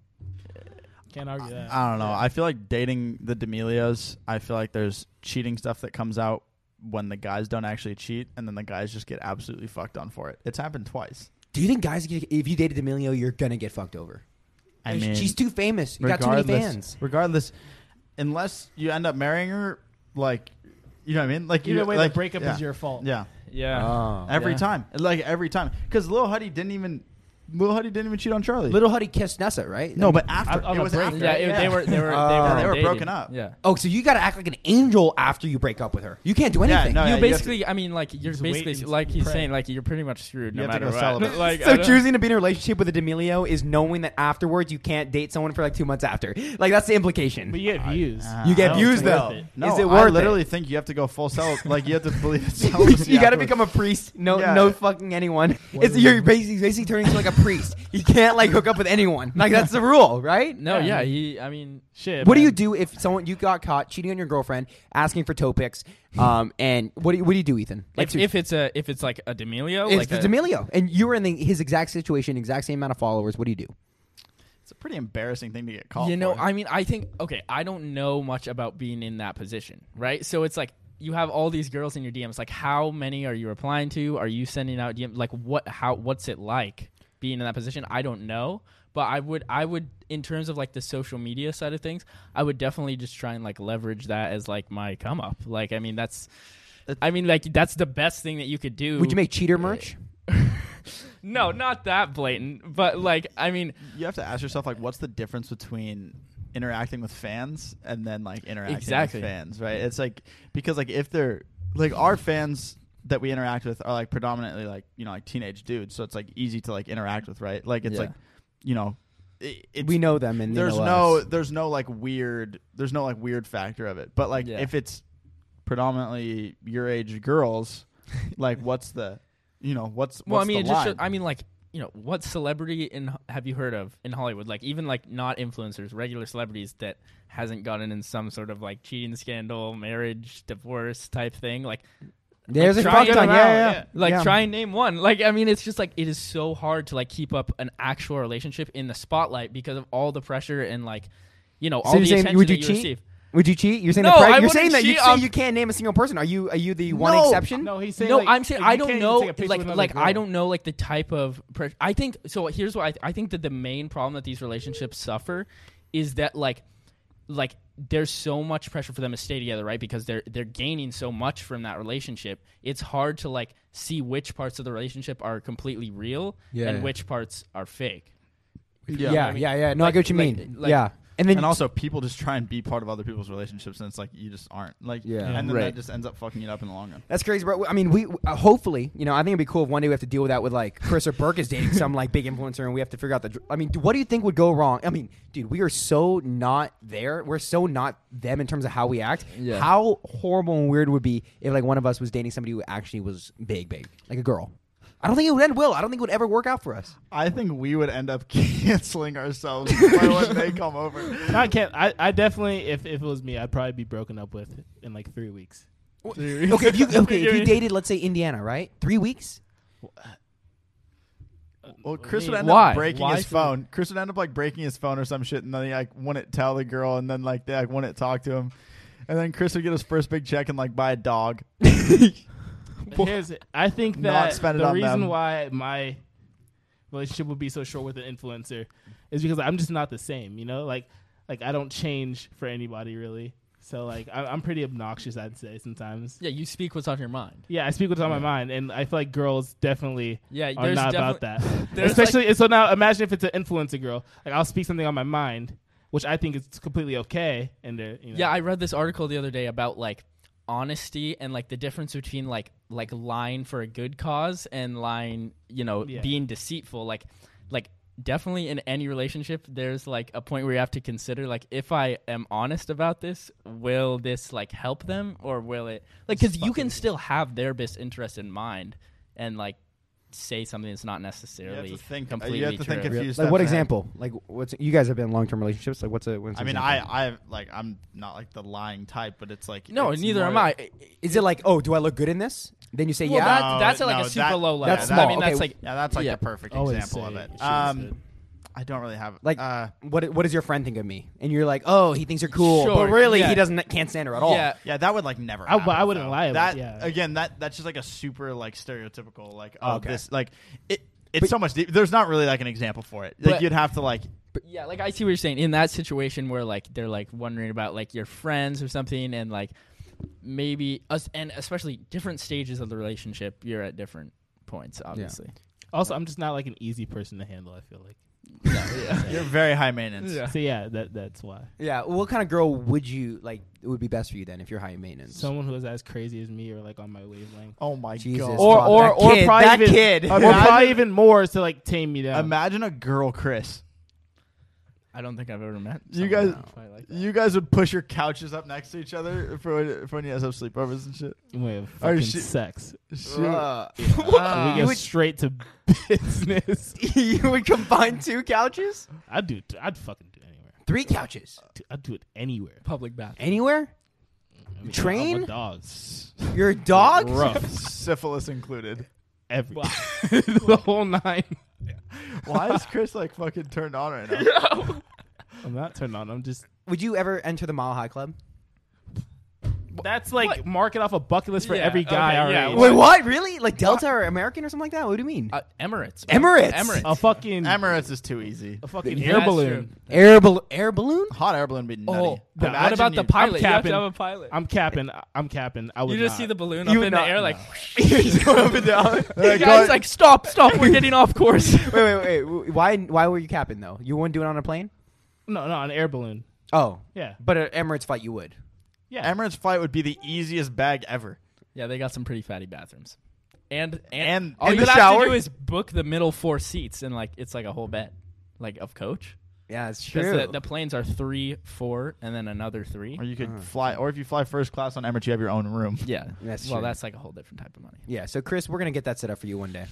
[SPEAKER 5] Can't argue that.
[SPEAKER 3] I don't know. I feel like dating the D'Amelios. I feel like there's cheating stuff that comes out when the guys don't actually cheat, and then the guys just get absolutely fucked on for it. It's happened twice.
[SPEAKER 1] Do you think guys, get- if you dated D'Amelio, you're gonna get fucked over?
[SPEAKER 3] I mean,
[SPEAKER 1] she's too famous. You got too many fans.
[SPEAKER 3] Regardless, unless you end up marrying her, like you know what I mean. Like
[SPEAKER 5] Either
[SPEAKER 3] you
[SPEAKER 5] way,
[SPEAKER 3] like,
[SPEAKER 5] the breakup
[SPEAKER 3] yeah.
[SPEAKER 5] is your fault.
[SPEAKER 3] Yeah,
[SPEAKER 2] Yeah.
[SPEAKER 1] Oh.
[SPEAKER 3] every
[SPEAKER 2] Yeah.
[SPEAKER 3] time, like every time, because Lil Huddy didn't even Lil Huddy didn't even cheat on Charlie.
[SPEAKER 1] Little Huddy kissed Nessa, right?
[SPEAKER 3] no, but
[SPEAKER 5] I'm-
[SPEAKER 3] after
[SPEAKER 5] I'm
[SPEAKER 3] it
[SPEAKER 5] a
[SPEAKER 3] was
[SPEAKER 5] break.
[SPEAKER 3] after.
[SPEAKER 2] yeah, it- they were they were
[SPEAKER 1] Oh. Yeah,
[SPEAKER 2] they
[SPEAKER 1] they
[SPEAKER 2] were,
[SPEAKER 3] were
[SPEAKER 2] dating.
[SPEAKER 3] broken up.
[SPEAKER 2] Yeah.
[SPEAKER 1] oh, so you got to act like an angel after you break up with her. You can't do
[SPEAKER 3] Yeah,
[SPEAKER 1] anything.
[SPEAKER 3] no,
[SPEAKER 2] you
[SPEAKER 3] yeah, have to-
[SPEAKER 2] basically, I mean, like you're
[SPEAKER 5] Just wait
[SPEAKER 2] basically
[SPEAKER 5] and
[SPEAKER 2] like he's
[SPEAKER 5] pray.
[SPEAKER 2] saying, like you're pretty much screwed
[SPEAKER 3] You
[SPEAKER 2] no
[SPEAKER 3] have to go
[SPEAKER 2] matter what.
[SPEAKER 3] celibate.
[SPEAKER 2] like, I
[SPEAKER 1] so
[SPEAKER 2] don't-
[SPEAKER 1] choosing to be in a relationship with a D'Amelio is knowing that afterwards you can't date someone for like two months after. Like that's the implication.
[SPEAKER 5] But you get views.
[SPEAKER 3] Uh,
[SPEAKER 1] you
[SPEAKER 3] I
[SPEAKER 1] get
[SPEAKER 5] don't
[SPEAKER 1] views
[SPEAKER 5] think it's
[SPEAKER 1] though.
[SPEAKER 5] worth it.
[SPEAKER 3] No,
[SPEAKER 1] is it
[SPEAKER 3] I
[SPEAKER 1] worth
[SPEAKER 3] literally
[SPEAKER 1] it?
[SPEAKER 3] think you have to go full cel. like you have to believe it's celibacy.
[SPEAKER 1] you got to
[SPEAKER 3] afterwards.
[SPEAKER 1] become a priest. No,
[SPEAKER 3] Yeah.
[SPEAKER 1] no fucking anyone. It's,
[SPEAKER 5] do
[SPEAKER 1] you're
[SPEAKER 5] you-
[SPEAKER 1] basically, basically turning into like a priest. You can't like hook up with anyone. Like that's the rule, right?
[SPEAKER 2] No,
[SPEAKER 5] Yeah.
[SPEAKER 2] yeah, he. I mean,
[SPEAKER 5] Shit.
[SPEAKER 1] What do
[SPEAKER 5] man.
[SPEAKER 1] you do if someone you got caught cheating on your girlfriend, asking for toe pics, um, and what do you, what do you do, Ethan?
[SPEAKER 2] if,
[SPEAKER 1] seriously.
[SPEAKER 2] if it's a if it's like a D'Amelio,
[SPEAKER 1] It's
[SPEAKER 2] like
[SPEAKER 1] the
[SPEAKER 2] a-
[SPEAKER 1] D'Amelio, and you were in the, his exact situation, exact same amount of followers. What do you do?
[SPEAKER 3] It's a pretty embarrassing thing to get called.
[SPEAKER 2] you know
[SPEAKER 3] for.
[SPEAKER 2] i mean i think okay i don't know much about being in that position right so it's like you have all these girls in your dms like how many are you replying to are you sending out dm like what how what's it like being in that position i don't know but i would i would in terms of like the social media side of things i would definitely just try and like leverage that as like my come up like i mean that's I mean, like that's the best thing that you could do.
[SPEAKER 1] Would you make cheater merch?
[SPEAKER 2] no, not that blatant, but like, I mean,
[SPEAKER 3] you have to ask yourself like, what's the difference between interacting with fans and then like interacting
[SPEAKER 2] Exactly.
[SPEAKER 3] with fans, right? It's like because like if they're like our fans that we interact with are like predominantly like you know like teenage dudes, so it's like easy to like interact with, right? Like it's
[SPEAKER 1] Yeah.
[SPEAKER 3] like you know, it, it's,
[SPEAKER 1] we know them, and they
[SPEAKER 3] there's
[SPEAKER 1] know
[SPEAKER 3] no
[SPEAKER 1] us.
[SPEAKER 3] there's no like weird there's no like weird factor of it but like
[SPEAKER 2] Yeah.
[SPEAKER 3] if it's predominantly your age girls like what's the you know what's
[SPEAKER 2] Well, I
[SPEAKER 3] what's
[SPEAKER 2] mean, it
[SPEAKER 3] the
[SPEAKER 2] just
[SPEAKER 3] line?
[SPEAKER 2] shows- I mean, like you know, what celebrity in have you heard of in Hollywood? Like even like not influencers, regular celebrities that hasn't gotten in some sort of like cheating scandal, marriage, divorce type thing. Like
[SPEAKER 1] There's
[SPEAKER 2] like,
[SPEAKER 1] a
[SPEAKER 2] try
[SPEAKER 1] fuck
[SPEAKER 2] and-
[SPEAKER 1] ton. Yeah, yeah,
[SPEAKER 5] yeah.
[SPEAKER 1] yeah.
[SPEAKER 2] like
[SPEAKER 1] Yeah.
[SPEAKER 2] try and name one. Like I mean, it's just like it is so hard to like keep up an actual relationship in the spotlight because of all the pressure and like you know all
[SPEAKER 1] you're
[SPEAKER 2] the
[SPEAKER 1] saying-
[SPEAKER 2] attention
[SPEAKER 1] would
[SPEAKER 2] that
[SPEAKER 1] you
[SPEAKER 2] you
[SPEAKER 1] cheat?
[SPEAKER 2] receive.
[SPEAKER 1] Would you cheat? You're saying
[SPEAKER 2] No,
[SPEAKER 1] that
[SPEAKER 2] I
[SPEAKER 1] you're saying that
[SPEAKER 2] wouldn't
[SPEAKER 1] you
[SPEAKER 2] cheat,
[SPEAKER 1] say
[SPEAKER 2] um,
[SPEAKER 1] you can't name a single person. Are you are you the one
[SPEAKER 3] No.
[SPEAKER 1] exception?
[SPEAKER 5] No, he's saying
[SPEAKER 2] no,
[SPEAKER 5] like,
[SPEAKER 2] I'm saying
[SPEAKER 5] if
[SPEAKER 2] I
[SPEAKER 5] you
[SPEAKER 2] don't
[SPEAKER 5] can't
[SPEAKER 2] know.
[SPEAKER 5] take a picture
[SPEAKER 2] Like,
[SPEAKER 5] with another
[SPEAKER 2] like I
[SPEAKER 5] girl.
[SPEAKER 2] don't know. Like the type of pressure. I think so. Here's what I, I think that the main problem that these relationships suffer is that like, like there's so much pressure for them to stay together, right? Because they're they're gaining so much from that relationship. It's hard to like see which parts of the relationship are completely real
[SPEAKER 1] Yeah.
[SPEAKER 2] and which parts are fake.
[SPEAKER 1] Yeah,
[SPEAKER 2] You know
[SPEAKER 1] yeah,
[SPEAKER 2] what I mean?
[SPEAKER 1] yeah, No, I
[SPEAKER 2] Like-
[SPEAKER 1] get what you
[SPEAKER 2] like-
[SPEAKER 1] mean.
[SPEAKER 2] like-
[SPEAKER 1] yeah, and then
[SPEAKER 3] and also people just try and be part of other people's relationships and it's like you just aren't like
[SPEAKER 1] Yeah.
[SPEAKER 3] and then
[SPEAKER 2] Right.
[SPEAKER 3] that just ends up fucking it up in the long run
[SPEAKER 1] That's crazy, bro. I mean, we uh, hopefully, you know, I think it'd be cool if one day we have to deal with that with like Chris or Burke is dating some like big influencer, and we have to figure out the. dr- I mean, what do you think would go wrong? I mean, dude, we are so not there. We're so not them in terms of how we act.
[SPEAKER 2] Yeah.
[SPEAKER 1] How horrible and weird would be if like one of us was dating somebody who actually was big, big, like a girl. I don't think it would end well. I don't think it would ever work out for us.
[SPEAKER 3] i think we would end up canceling ourselves by when they come over
[SPEAKER 5] I can't. I, I definitely, if, if it was me, I'd probably be broken up with in like three weeks.
[SPEAKER 1] Okay, if you okay, if you dated, let's say Indiana, right? Three weeks.
[SPEAKER 3] Well, Chris would
[SPEAKER 5] mean,
[SPEAKER 3] end
[SPEAKER 2] why?
[SPEAKER 3] up breaking
[SPEAKER 2] Why
[SPEAKER 3] his
[SPEAKER 2] should-
[SPEAKER 3] phone. Chris would end up like breaking his phone or some shit, and then he like wouldn't tell the girl, and then like they like wouldn't talk to him, and then Chris would get his first big check and like buy a dog.
[SPEAKER 5] Here's, I think
[SPEAKER 3] Not
[SPEAKER 5] that
[SPEAKER 3] spend it
[SPEAKER 5] the
[SPEAKER 3] on
[SPEAKER 5] reason
[SPEAKER 3] them.
[SPEAKER 5] why my relationship would be so short with an influencer is because I'm just not the same. You know, like like I don't change for anybody really. So like I, I'm pretty obnoxious, I'd say sometimes.
[SPEAKER 2] Yeah, you speak what's on your mind.
[SPEAKER 5] Yeah, I speak what's on my mind, and I feel like girls definitely
[SPEAKER 2] Yeah,
[SPEAKER 5] are
[SPEAKER 2] there's
[SPEAKER 5] not about that.
[SPEAKER 2] definitely- there's,
[SPEAKER 5] Especially so now, imagine if it's an influencer girl. Like I'll speak something on my mind, which I think is completely okay, and they're you know,
[SPEAKER 2] Yeah, I read this article the other day about like honesty and like the difference between like like lying for a good cause and lying, you know,
[SPEAKER 5] Yeah.
[SPEAKER 2] being deceitful. Like like definitely in any relationship there's like a point where you have to consider like if I am honest about this, will this like help them or will it like cuz you can still have their best interest in mind and like say something that's not
[SPEAKER 3] You have
[SPEAKER 2] necessarily
[SPEAKER 3] to think. uh,
[SPEAKER 2] completely
[SPEAKER 3] you have to
[SPEAKER 2] true.
[SPEAKER 3] think a few
[SPEAKER 1] Like
[SPEAKER 3] steps
[SPEAKER 1] what
[SPEAKER 3] ahead.
[SPEAKER 1] example? Like what's you guys have been in long term relationships? Like what's a? What's
[SPEAKER 3] I
[SPEAKER 1] an
[SPEAKER 3] mean,
[SPEAKER 1] example?
[SPEAKER 3] I, I like, I'm not like the lying type, but it's like
[SPEAKER 2] no,
[SPEAKER 3] it's
[SPEAKER 2] neither
[SPEAKER 3] more-
[SPEAKER 2] am I.
[SPEAKER 1] Is it like, oh, do I look good in this? Then you say,
[SPEAKER 2] Well,
[SPEAKER 1] yeah.
[SPEAKER 2] that-
[SPEAKER 3] No,
[SPEAKER 2] that's at, like
[SPEAKER 3] no,
[SPEAKER 2] a super
[SPEAKER 3] that-
[SPEAKER 2] low
[SPEAKER 3] yeah,
[SPEAKER 2] level.
[SPEAKER 1] that's
[SPEAKER 2] I
[SPEAKER 1] small.
[SPEAKER 2] mean, that's
[SPEAKER 1] Okay.
[SPEAKER 2] like
[SPEAKER 3] Yeah, that's like
[SPEAKER 2] Yeah.
[SPEAKER 3] the perfect
[SPEAKER 5] Always
[SPEAKER 3] example
[SPEAKER 5] say
[SPEAKER 3] of
[SPEAKER 5] it.
[SPEAKER 3] it.
[SPEAKER 5] She always said.
[SPEAKER 3] Um, I don't really have
[SPEAKER 1] Like,
[SPEAKER 3] uh,
[SPEAKER 1] what what does your friend think of me? And you're like, oh, he thinks you're cool,
[SPEAKER 2] Sure,
[SPEAKER 1] but really
[SPEAKER 2] yeah.
[SPEAKER 1] he doesn't can't stand her at all.
[SPEAKER 2] Yeah.
[SPEAKER 3] Yeah, that would like never.
[SPEAKER 5] I w-
[SPEAKER 3] Happen,
[SPEAKER 5] I wouldn't
[SPEAKER 3] though.
[SPEAKER 5] lie, but
[SPEAKER 3] That
[SPEAKER 5] yeah.
[SPEAKER 3] again, that that's just like a super like stereotypical like oh
[SPEAKER 1] Okay.
[SPEAKER 3] this like it. It's
[SPEAKER 1] But-
[SPEAKER 3] so much. Deep. There's not really like an example for it. Like
[SPEAKER 2] But-
[SPEAKER 3] you'd have to like
[SPEAKER 2] yeah, like I see what you're saying in that situation where like they're like wondering about like your friends or something, and like maybe us and especially different stages of the relationship, you're at different points, obviously.
[SPEAKER 5] Also, I'm just not like an easy person to handle. I feel like.
[SPEAKER 3] You're very high maintenance.
[SPEAKER 5] So yeah, that that's why.
[SPEAKER 1] Yeah. What kind of girl would you like? Would be best for you then if you're high maintenance.
[SPEAKER 5] Someone who is as crazy as me or like on my wavelength.
[SPEAKER 3] Oh my
[SPEAKER 1] Jesus.
[SPEAKER 3] god.
[SPEAKER 5] Or
[SPEAKER 1] fuck,
[SPEAKER 5] or
[SPEAKER 1] that
[SPEAKER 5] or
[SPEAKER 1] kid,
[SPEAKER 5] probably
[SPEAKER 1] that
[SPEAKER 5] even,
[SPEAKER 1] kid.
[SPEAKER 5] Or probably even more to like tame me down.
[SPEAKER 3] Imagine a girl, Chris.
[SPEAKER 2] I don't think I've ever met.
[SPEAKER 3] You
[SPEAKER 2] someone
[SPEAKER 3] guys-
[SPEAKER 2] who probably like that.
[SPEAKER 3] You guys would push your couches up next to each other for when, for when you guys have sleepovers and shit.
[SPEAKER 5] we have
[SPEAKER 3] Or
[SPEAKER 5] fucking
[SPEAKER 3] she-
[SPEAKER 5] sex.
[SPEAKER 3] Shoot.
[SPEAKER 2] Uh,
[SPEAKER 5] we
[SPEAKER 1] you
[SPEAKER 5] go
[SPEAKER 1] would-
[SPEAKER 5] straight to business.
[SPEAKER 1] you would combine two couches,
[SPEAKER 5] I'd do. I'd fucking do it anywhere.
[SPEAKER 1] three couches,
[SPEAKER 5] Dude, I'd do it anywhere.
[SPEAKER 2] public bathroom.
[SPEAKER 1] anywhere.
[SPEAKER 5] I mean,
[SPEAKER 1] Train?
[SPEAKER 5] I'm a dog. S-
[SPEAKER 1] You're a dog.
[SPEAKER 5] Rough.
[SPEAKER 3] Syphilis included.
[SPEAKER 5] Every. the whole nine.
[SPEAKER 3] Why is Chris like fucking turned on right now?
[SPEAKER 5] I'm not turned on. I'm just.
[SPEAKER 1] Would you ever enter the Mile High Club?
[SPEAKER 5] That's like marking off a bucket list for
[SPEAKER 2] Yeah,
[SPEAKER 5] every guy.
[SPEAKER 2] okay,
[SPEAKER 5] our
[SPEAKER 2] yeah,
[SPEAKER 5] age.
[SPEAKER 1] Wait, what? Really? Like Delta or American or something like that? What do you mean?
[SPEAKER 2] Uh, Emirates.
[SPEAKER 1] Emirates!
[SPEAKER 2] Emirates.
[SPEAKER 5] A fucking.
[SPEAKER 3] Emirates is too easy.
[SPEAKER 5] a fucking
[SPEAKER 2] Yeah,
[SPEAKER 5] air
[SPEAKER 2] that's
[SPEAKER 5] balloon.
[SPEAKER 1] air bal- air balloon?
[SPEAKER 3] Hot air balloon would be nutty.
[SPEAKER 2] Oh, but what
[SPEAKER 3] Imagine
[SPEAKER 2] about the
[SPEAKER 3] you-
[SPEAKER 2] pilot? You have
[SPEAKER 5] capping.
[SPEAKER 2] to have a pilot.
[SPEAKER 5] I'm capping. I'm capping. I would
[SPEAKER 2] you just
[SPEAKER 5] not.
[SPEAKER 2] see the balloon
[SPEAKER 1] You
[SPEAKER 2] up
[SPEAKER 1] would
[SPEAKER 2] in
[SPEAKER 1] not-
[SPEAKER 2] the air, like
[SPEAKER 3] They're
[SPEAKER 2] the guy's
[SPEAKER 3] going-
[SPEAKER 2] like, stop, stop, we're getting off course.
[SPEAKER 1] wait, wait, wait. w- Why why were you capping though? You wouldn't do it on a plane?
[SPEAKER 5] no, no, an air balloon.
[SPEAKER 1] Oh,
[SPEAKER 5] Yeah,
[SPEAKER 1] but an Emirates flight you would.
[SPEAKER 5] yeah.
[SPEAKER 3] Emirates flight would be the easiest bag ever.
[SPEAKER 2] yeah, they got some pretty fatty bathrooms. And and,
[SPEAKER 3] And
[SPEAKER 2] all
[SPEAKER 3] in
[SPEAKER 2] you
[SPEAKER 3] the
[SPEAKER 2] have
[SPEAKER 3] shower.
[SPEAKER 2] to do is book the middle four seats, and like it's like a whole bet, like of coach.
[SPEAKER 1] Yeah, it's true.
[SPEAKER 2] Because the, the planes are three, four, and then another three.
[SPEAKER 3] Or you could fly, or if you fly first class on Emirates, you have your own room.
[SPEAKER 2] Yeah,
[SPEAKER 1] That's
[SPEAKER 2] well,
[SPEAKER 1] true.
[SPEAKER 2] that's like a whole different type of money.
[SPEAKER 1] yeah, so Chris, we're gonna get that set up for you one day.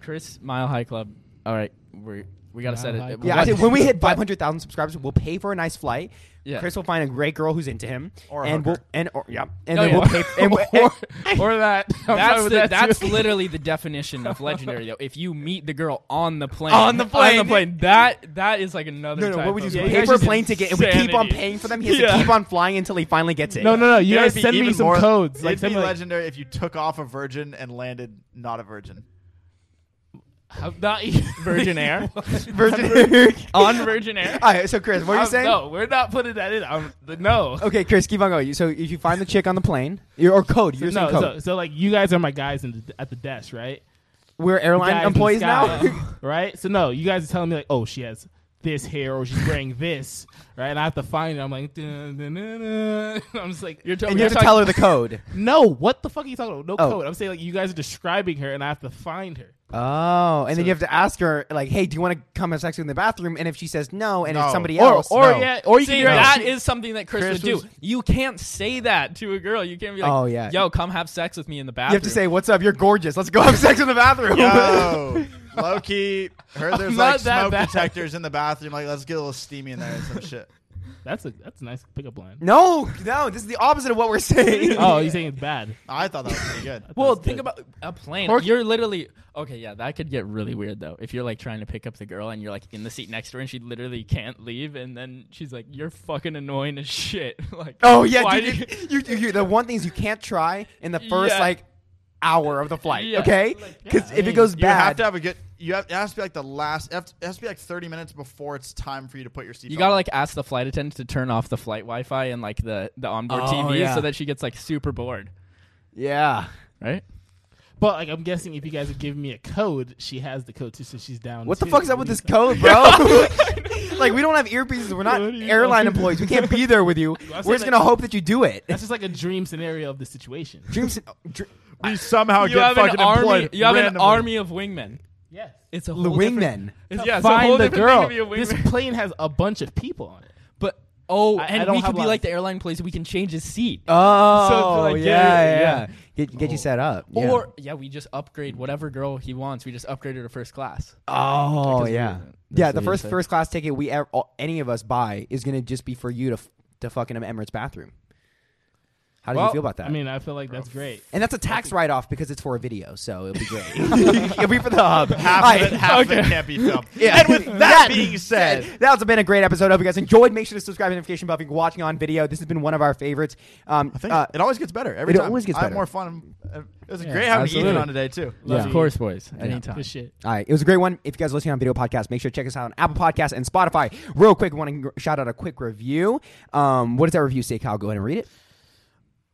[SPEAKER 2] Chris Mile High Club. All right, we we gotta
[SPEAKER 5] Mile
[SPEAKER 2] set
[SPEAKER 5] High
[SPEAKER 2] it.
[SPEAKER 5] Club.
[SPEAKER 1] Yeah,
[SPEAKER 2] What-
[SPEAKER 1] I think when we hit five hundred thousand subscribers, we'll pay for a nice flight.
[SPEAKER 2] Yeah.
[SPEAKER 1] Chris will find a great girl who's into him,
[SPEAKER 3] Or a
[SPEAKER 1] and we'll
[SPEAKER 3] hooker.
[SPEAKER 1] and or, yeah, and
[SPEAKER 2] Oh,
[SPEAKER 1] then
[SPEAKER 2] yeah.
[SPEAKER 1] we'll pay and, we- and-
[SPEAKER 5] or that. I'm fine
[SPEAKER 2] That's
[SPEAKER 5] with
[SPEAKER 2] the,
[SPEAKER 5] that, too.
[SPEAKER 2] that's literally the definition of legendary though. If you meet the girl on the plane,
[SPEAKER 1] On the plane.
[SPEAKER 2] that that is like another.
[SPEAKER 1] no, no,
[SPEAKER 2] type
[SPEAKER 1] what would you
[SPEAKER 2] of
[SPEAKER 1] do?
[SPEAKER 5] Yeah, you
[SPEAKER 1] pay
[SPEAKER 5] guys
[SPEAKER 1] for a
[SPEAKER 5] just
[SPEAKER 1] plane ticket, and we keep on
[SPEAKER 5] insanity.
[SPEAKER 1] paying for them. He has to
[SPEAKER 5] Yeah.
[SPEAKER 1] keep on flying until he finally gets it.
[SPEAKER 5] no, no, no. You
[SPEAKER 3] It'd
[SPEAKER 5] guys
[SPEAKER 3] be
[SPEAKER 5] send me
[SPEAKER 3] even
[SPEAKER 5] some
[SPEAKER 3] more-
[SPEAKER 5] codes. Like
[SPEAKER 3] It'd
[SPEAKER 5] send
[SPEAKER 3] be
[SPEAKER 5] me like,
[SPEAKER 3] legendary if you took off a virgin and landed not a virgin.
[SPEAKER 5] I'm not even-
[SPEAKER 2] Virgin Air
[SPEAKER 1] Virgin.
[SPEAKER 2] on Virgin Air.
[SPEAKER 1] All right, so Chris, what are you
[SPEAKER 5] I'm-
[SPEAKER 1] saying?
[SPEAKER 5] No, we're not putting that in. I'm, no.
[SPEAKER 1] Okay, Chris, keep on going. So if you find the chick on the plane, you're, or code, you're
[SPEAKER 5] no,
[SPEAKER 1] saying code.
[SPEAKER 5] so, so like you guys are my guys in the, at the desk, right?
[SPEAKER 1] We're airline
[SPEAKER 5] Guys in the
[SPEAKER 1] employees
[SPEAKER 5] sky,
[SPEAKER 1] now.
[SPEAKER 5] right? So no, you guys are telling me like, oh, she has this hair or she's wearing this, right? And I have to find it. I'm like, dun, dun, dun, dun. I'm just like,
[SPEAKER 2] You're
[SPEAKER 1] and
[SPEAKER 2] talking.
[SPEAKER 1] you
[SPEAKER 2] You're
[SPEAKER 1] have to
[SPEAKER 2] talking
[SPEAKER 1] tell her the code.
[SPEAKER 5] no, what the fuck are you talking about? No
[SPEAKER 1] Oh.
[SPEAKER 5] code. I'm saying like you guys are describing her, and I have to find her.
[SPEAKER 1] Oh, and then you have to ask her, like, hey, do you want to come have sex in the bathroom? And if she says no, and
[SPEAKER 3] No.
[SPEAKER 1] it's somebody
[SPEAKER 5] Or
[SPEAKER 1] else,
[SPEAKER 5] or
[SPEAKER 1] no.
[SPEAKER 5] yeah, or you
[SPEAKER 2] See,
[SPEAKER 5] can be like,
[SPEAKER 2] that
[SPEAKER 5] she-
[SPEAKER 2] is something that Chris,
[SPEAKER 3] Chris
[SPEAKER 2] would do.
[SPEAKER 3] was-
[SPEAKER 2] you can't say that to a girl. You can't be like,
[SPEAKER 1] Oh, yeah.
[SPEAKER 2] yo, come have sex with me in the bathroom."
[SPEAKER 1] you have to say, what's up? You're gorgeous. Let's go have sex in the bathroom.
[SPEAKER 3] Yo, Loki. Heard there's
[SPEAKER 5] I'm
[SPEAKER 3] like
[SPEAKER 5] not that
[SPEAKER 3] smoke
[SPEAKER 5] bad.
[SPEAKER 3] detectors in the bathroom. Like, let's get a little steamy in there and some shit.
[SPEAKER 5] That's a that's a nice pickup line.
[SPEAKER 1] no, no, this is the opposite of what we're saying.
[SPEAKER 5] oh, you're saying it's bad.
[SPEAKER 3] I thought that was pretty good.
[SPEAKER 5] That
[SPEAKER 2] Well,
[SPEAKER 5] was
[SPEAKER 2] think
[SPEAKER 5] good.
[SPEAKER 2] about a plane.
[SPEAKER 5] Or-
[SPEAKER 2] you're literally okay. Yeah, that could get really weird though. If you're like trying to pick up the girl and you're like in the seat next to her and she literally can't leave, and then she's like, "You're fucking annoying as shit." like,
[SPEAKER 1] Oh yeah,
[SPEAKER 2] why
[SPEAKER 1] dude,
[SPEAKER 2] do
[SPEAKER 1] you, you, you- the one thing is you can't try in the first
[SPEAKER 2] Yeah.
[SPEAKER 1] like hour of the flight.
[SPEAKER 2] Yeah.
[SPEAKER 1] Okay, because
[SPEAKER 5] yeah,
[SPEAKER 1] if
[SPEAKER 5] I
[SPEAKER 1] it goes
[SPEAKER 3] You have
[SPEAKER 1] bad,
[SPEAKER 3] to have a good. You have it has to be like the last. It has to be like thirty minutes before it's time for you to put your seat.
[SPEAKER 2] You gotta like ask the flight attendant to turn off the flight Wi-Fi and like the the onboard
[SPEAKER 1] Oh,
[SPEAKER 2] TV
[SPEAKER 1] yeah.
[SPEAKER 2] so that she gets like super bored,
[SPEAKER 1] yeah.
[SPEAKER 2] right?
[SPEAKER 5] But like, I'm guessing if you guys would give me a code, she has the code too, so she's down.
[SPEAKER 1] What the
[SPEAKER 5] too.
[SPEAKER 1] fuck's up with
[SPEAKER 5] do you
[SPEAKER 1] this
[SPEAKER 5] think?
[SPEAKER 1] code, bro? like we don't have earpieces. We're not
[SPEAKER 5] What do you
[SPEAKER 1] airline
[SPEAKER 5] fucking-
[SPEAKER 1] employees. We can't be there with you.
[SPEAKER 5] I said
[SPEAKER 1] We're just
[SPEAKER 5] that-
[SPEAKER 1] gonna hope that you do it.
[SPEAKER 5] That's just like a dream scenario of the situation.
[SPEAKER 1] Dreams. dr-
[SPEAKER 3] we
[SPEAKER 5] Oh,
[SPEAKER 3] somehow
[SPEAKER 2] you have an army. You have an army of wingmen.
[SPEAKER 5] Yes.
[SPEAKER 2] It's a
[SPEAKER 1] The
[SPEAKER 2] whole different-
[SPEAKER 1] wingmen.
[SPEAKER 2] It's, yeah, it's a whole
[SPEAKER 5] Find the
[SPEAKER 2] different thing
[SPEAKER 5] girl.
[SPEAKER 2] to be a
[SPEAKER 5] This
[SPEAKER 2] wingman.
[SPEAKER 5] plane has a bunch of people on it.
[SPEAKER 2] But oh,
[SPEAKER 5] I- I
[SPEAKER 2] and
[SPEAKER 5] don't
[SPEAKER 2] we
[SPEAKER 5] have
[SPEAKER 2] could be
[SPEAKER 5] lines.
[SPEAKER 2] like the airline place. We can change his seat.
[SPEAKER 1] Oh,
[SPEAKER 2] like,
[SPEAKER 1] yeah,
[SPEAKER 2] get
[SPEAKER 1] yeah,
[SPEAKER 2] it,
[SPEAKER 1] yeah. Get, get you set up. yeah.
[SPEAKER 2] Or yeah, we just upgrade whatever girl he wants. We just upgrade her to first class.
[SPEAKER 1] oh yeah,
[SPEAKER 2] Because we-
[SPEAKER 1] yeah.
[SPEAKER 2] that's
[SPEAKER 1] The
[SPEAKER 2] what he
[SPEAKER 1] first
[SPEAKER 2] said.
[SPEAKER 1] first class ticket we ever, all, any of us buy is gonna just be for you to f- to fucking an Emirates bathroom. How do you feel about that?
[SPEAKER 5] I mean, I feel like that's great.
[SPEAKER 1] and that's a tax write off because it's for a video, so it'll be great. it'll be for the hub.
[SPEAKER 3] Half of it, half of it can't be filmed.
[SPEAKER 1] Yeah.
[SPEAKER 3] And with that,
[SPEAKER 1] That
[SPEAKER 3] being said,
[SPEAKER 1] That's been a great episode. I hope you guys enjoyed. Make sure to subscribe to the notification bell if you're watching on video. This has been one of our favorites. Um,
[SPEAKER 3] I think
[SPEAKER 1] uh,
[SPEAKER 3] it always gets better every
[SPEAKER 1] it
[SPEAKER 3] time.
[SPEAKER 1] always gets
[SPEAKER 3] I had
[SPEAKER 1] better.
[SPEAKER 3] more fun. It was great having Ethan
[SPEAKER 2] absolutely.
[SPEAKER 3] on today too.
[SPEAKER 1] Yeah.
[SPEAKER 2] Of course, boys. Anytime.
[SPEAKER 5] Good shit.
[SPEAKER 1] All right, it was a great one. If you guys are listening on video podcast, make sure to check us out on Apple Podcasts and Spotify. Real quick, want to shout out a quick review. Um, what does that review say, Kyle? Go ahead and read it.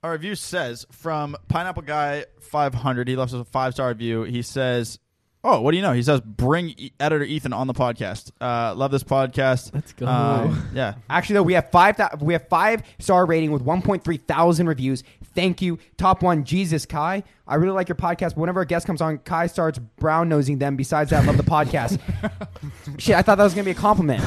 [SPEAKER 3] Our review says from Pineapple Guy 500. He left us a five star review. He says, "Oh, what do you know?" He says, "Bring e- editor Ethan on the podcast. Uh, love this podcast.
[SPEAKER 2] Let's go.
[SPEAKER 3] Um, yeah,
[SPEAKER 1] Actually, though, we have five thou- we have five star rating with 1.3 thousand reviews. Thank you, top one, Jesus Kai. I really like your podcast. But whenever a guest comes on, Kai starts brown nosing them. Besides that, love the podcast. Shit, I thought that was gonna be a compliment.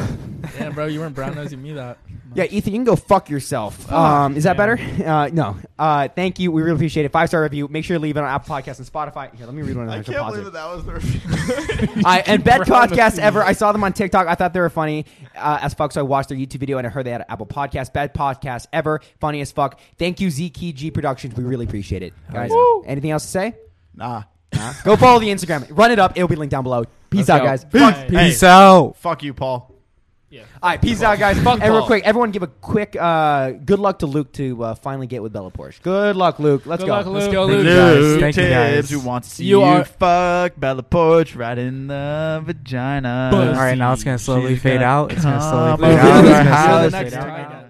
[SPEAKER 2] Yeah, bro, you weren't brown nosing me that.
[SPEAKER 1] Yeah, Ethan, you can go fuck yourself. Um, is that
[SPEAKER 5] Yeah.
[SPEAKER 1] better? Uh, no. Uh, thank you. We really appreciate it. Five star review. Make sure to leave it on Apple Podcasts and Spotify. Here, let me read one of
[SPEAKER 3] I
[SPEAKER 1] those.
[SPEAKER 3] can't believe that that was the review.
[SPEAKER 1] I, and bed
[SPEAKER 5] Brown
[SPEAKER 1] podcast
[SPEAKER 5] nosing.
[SPEAKER 1] ever. I saw them on TikTok. I thought they were funny uh, as fuck. So I watched their YouTube video and I heard they had an Apple Podcast. Bad podcast ever. Funny as fuck. Thank you, ZKG Productions. We really appreciate it, guys. Anything else to say?
[SPEAKER 3] nah,
[SPEAKER 1] Nah. Go follow the Instagram. Run it up. It'll be linked down below. Peace
[SPEAKER 2] Let's
[SPEAKER 1] out,
[SPEAKER 2] go.
[SPEAKER 1] guys.
[SPEAKER 5] Fuck. Hey.
[SPEAKER 4] Peace out.
[SPEAKER 3] fuck you, Paul.
[SPEAKER 5] Yeah.
[SPEAKER 1] All right, peace out, guys.
[SPEAKER 5] Fuck
[SPEAKER 1] and real
[SPEAKER 5] Paul.
[SPEAKER 1] quick, everyone give a quick uh, good luck to Luke to uh, finally get with Bella Porsche. Good luck, Luke. Let's
[SPEAKER 5] Good
[SPEAKER 1] go.
[SPEAKER 5] luck, Luke.
[SPEAKER 2] Let's go,
[SPEAKER 4] Thank
[SPEAKER 2] Luke.
[SPEAKER 4] you guys. Thank you guys.
[SPEAKER 3] Tibbs, who wants to see
[SPEAKER 2] You
[SPEAKER 3] you,
[SPEAKER 2] are-
[SPEAKER 3] fuck Bella Porch right in the vagina.
[SPEAKER 5] Buzz.
[SPEAKER 4] All right, now it's gonna slowly fade out. It's gonna slowly
[SPEAKER 3] Come
[SPEAKER 4] fade out.
[SPEAKER 3] over
[SPEAKER 4] It's gonna
[SPEAKER 3] house
[SPEAKER 4] slowly
[SPEAKER 3] next
[SPEAKER 4] fade out.
[SPEAKER 3] time.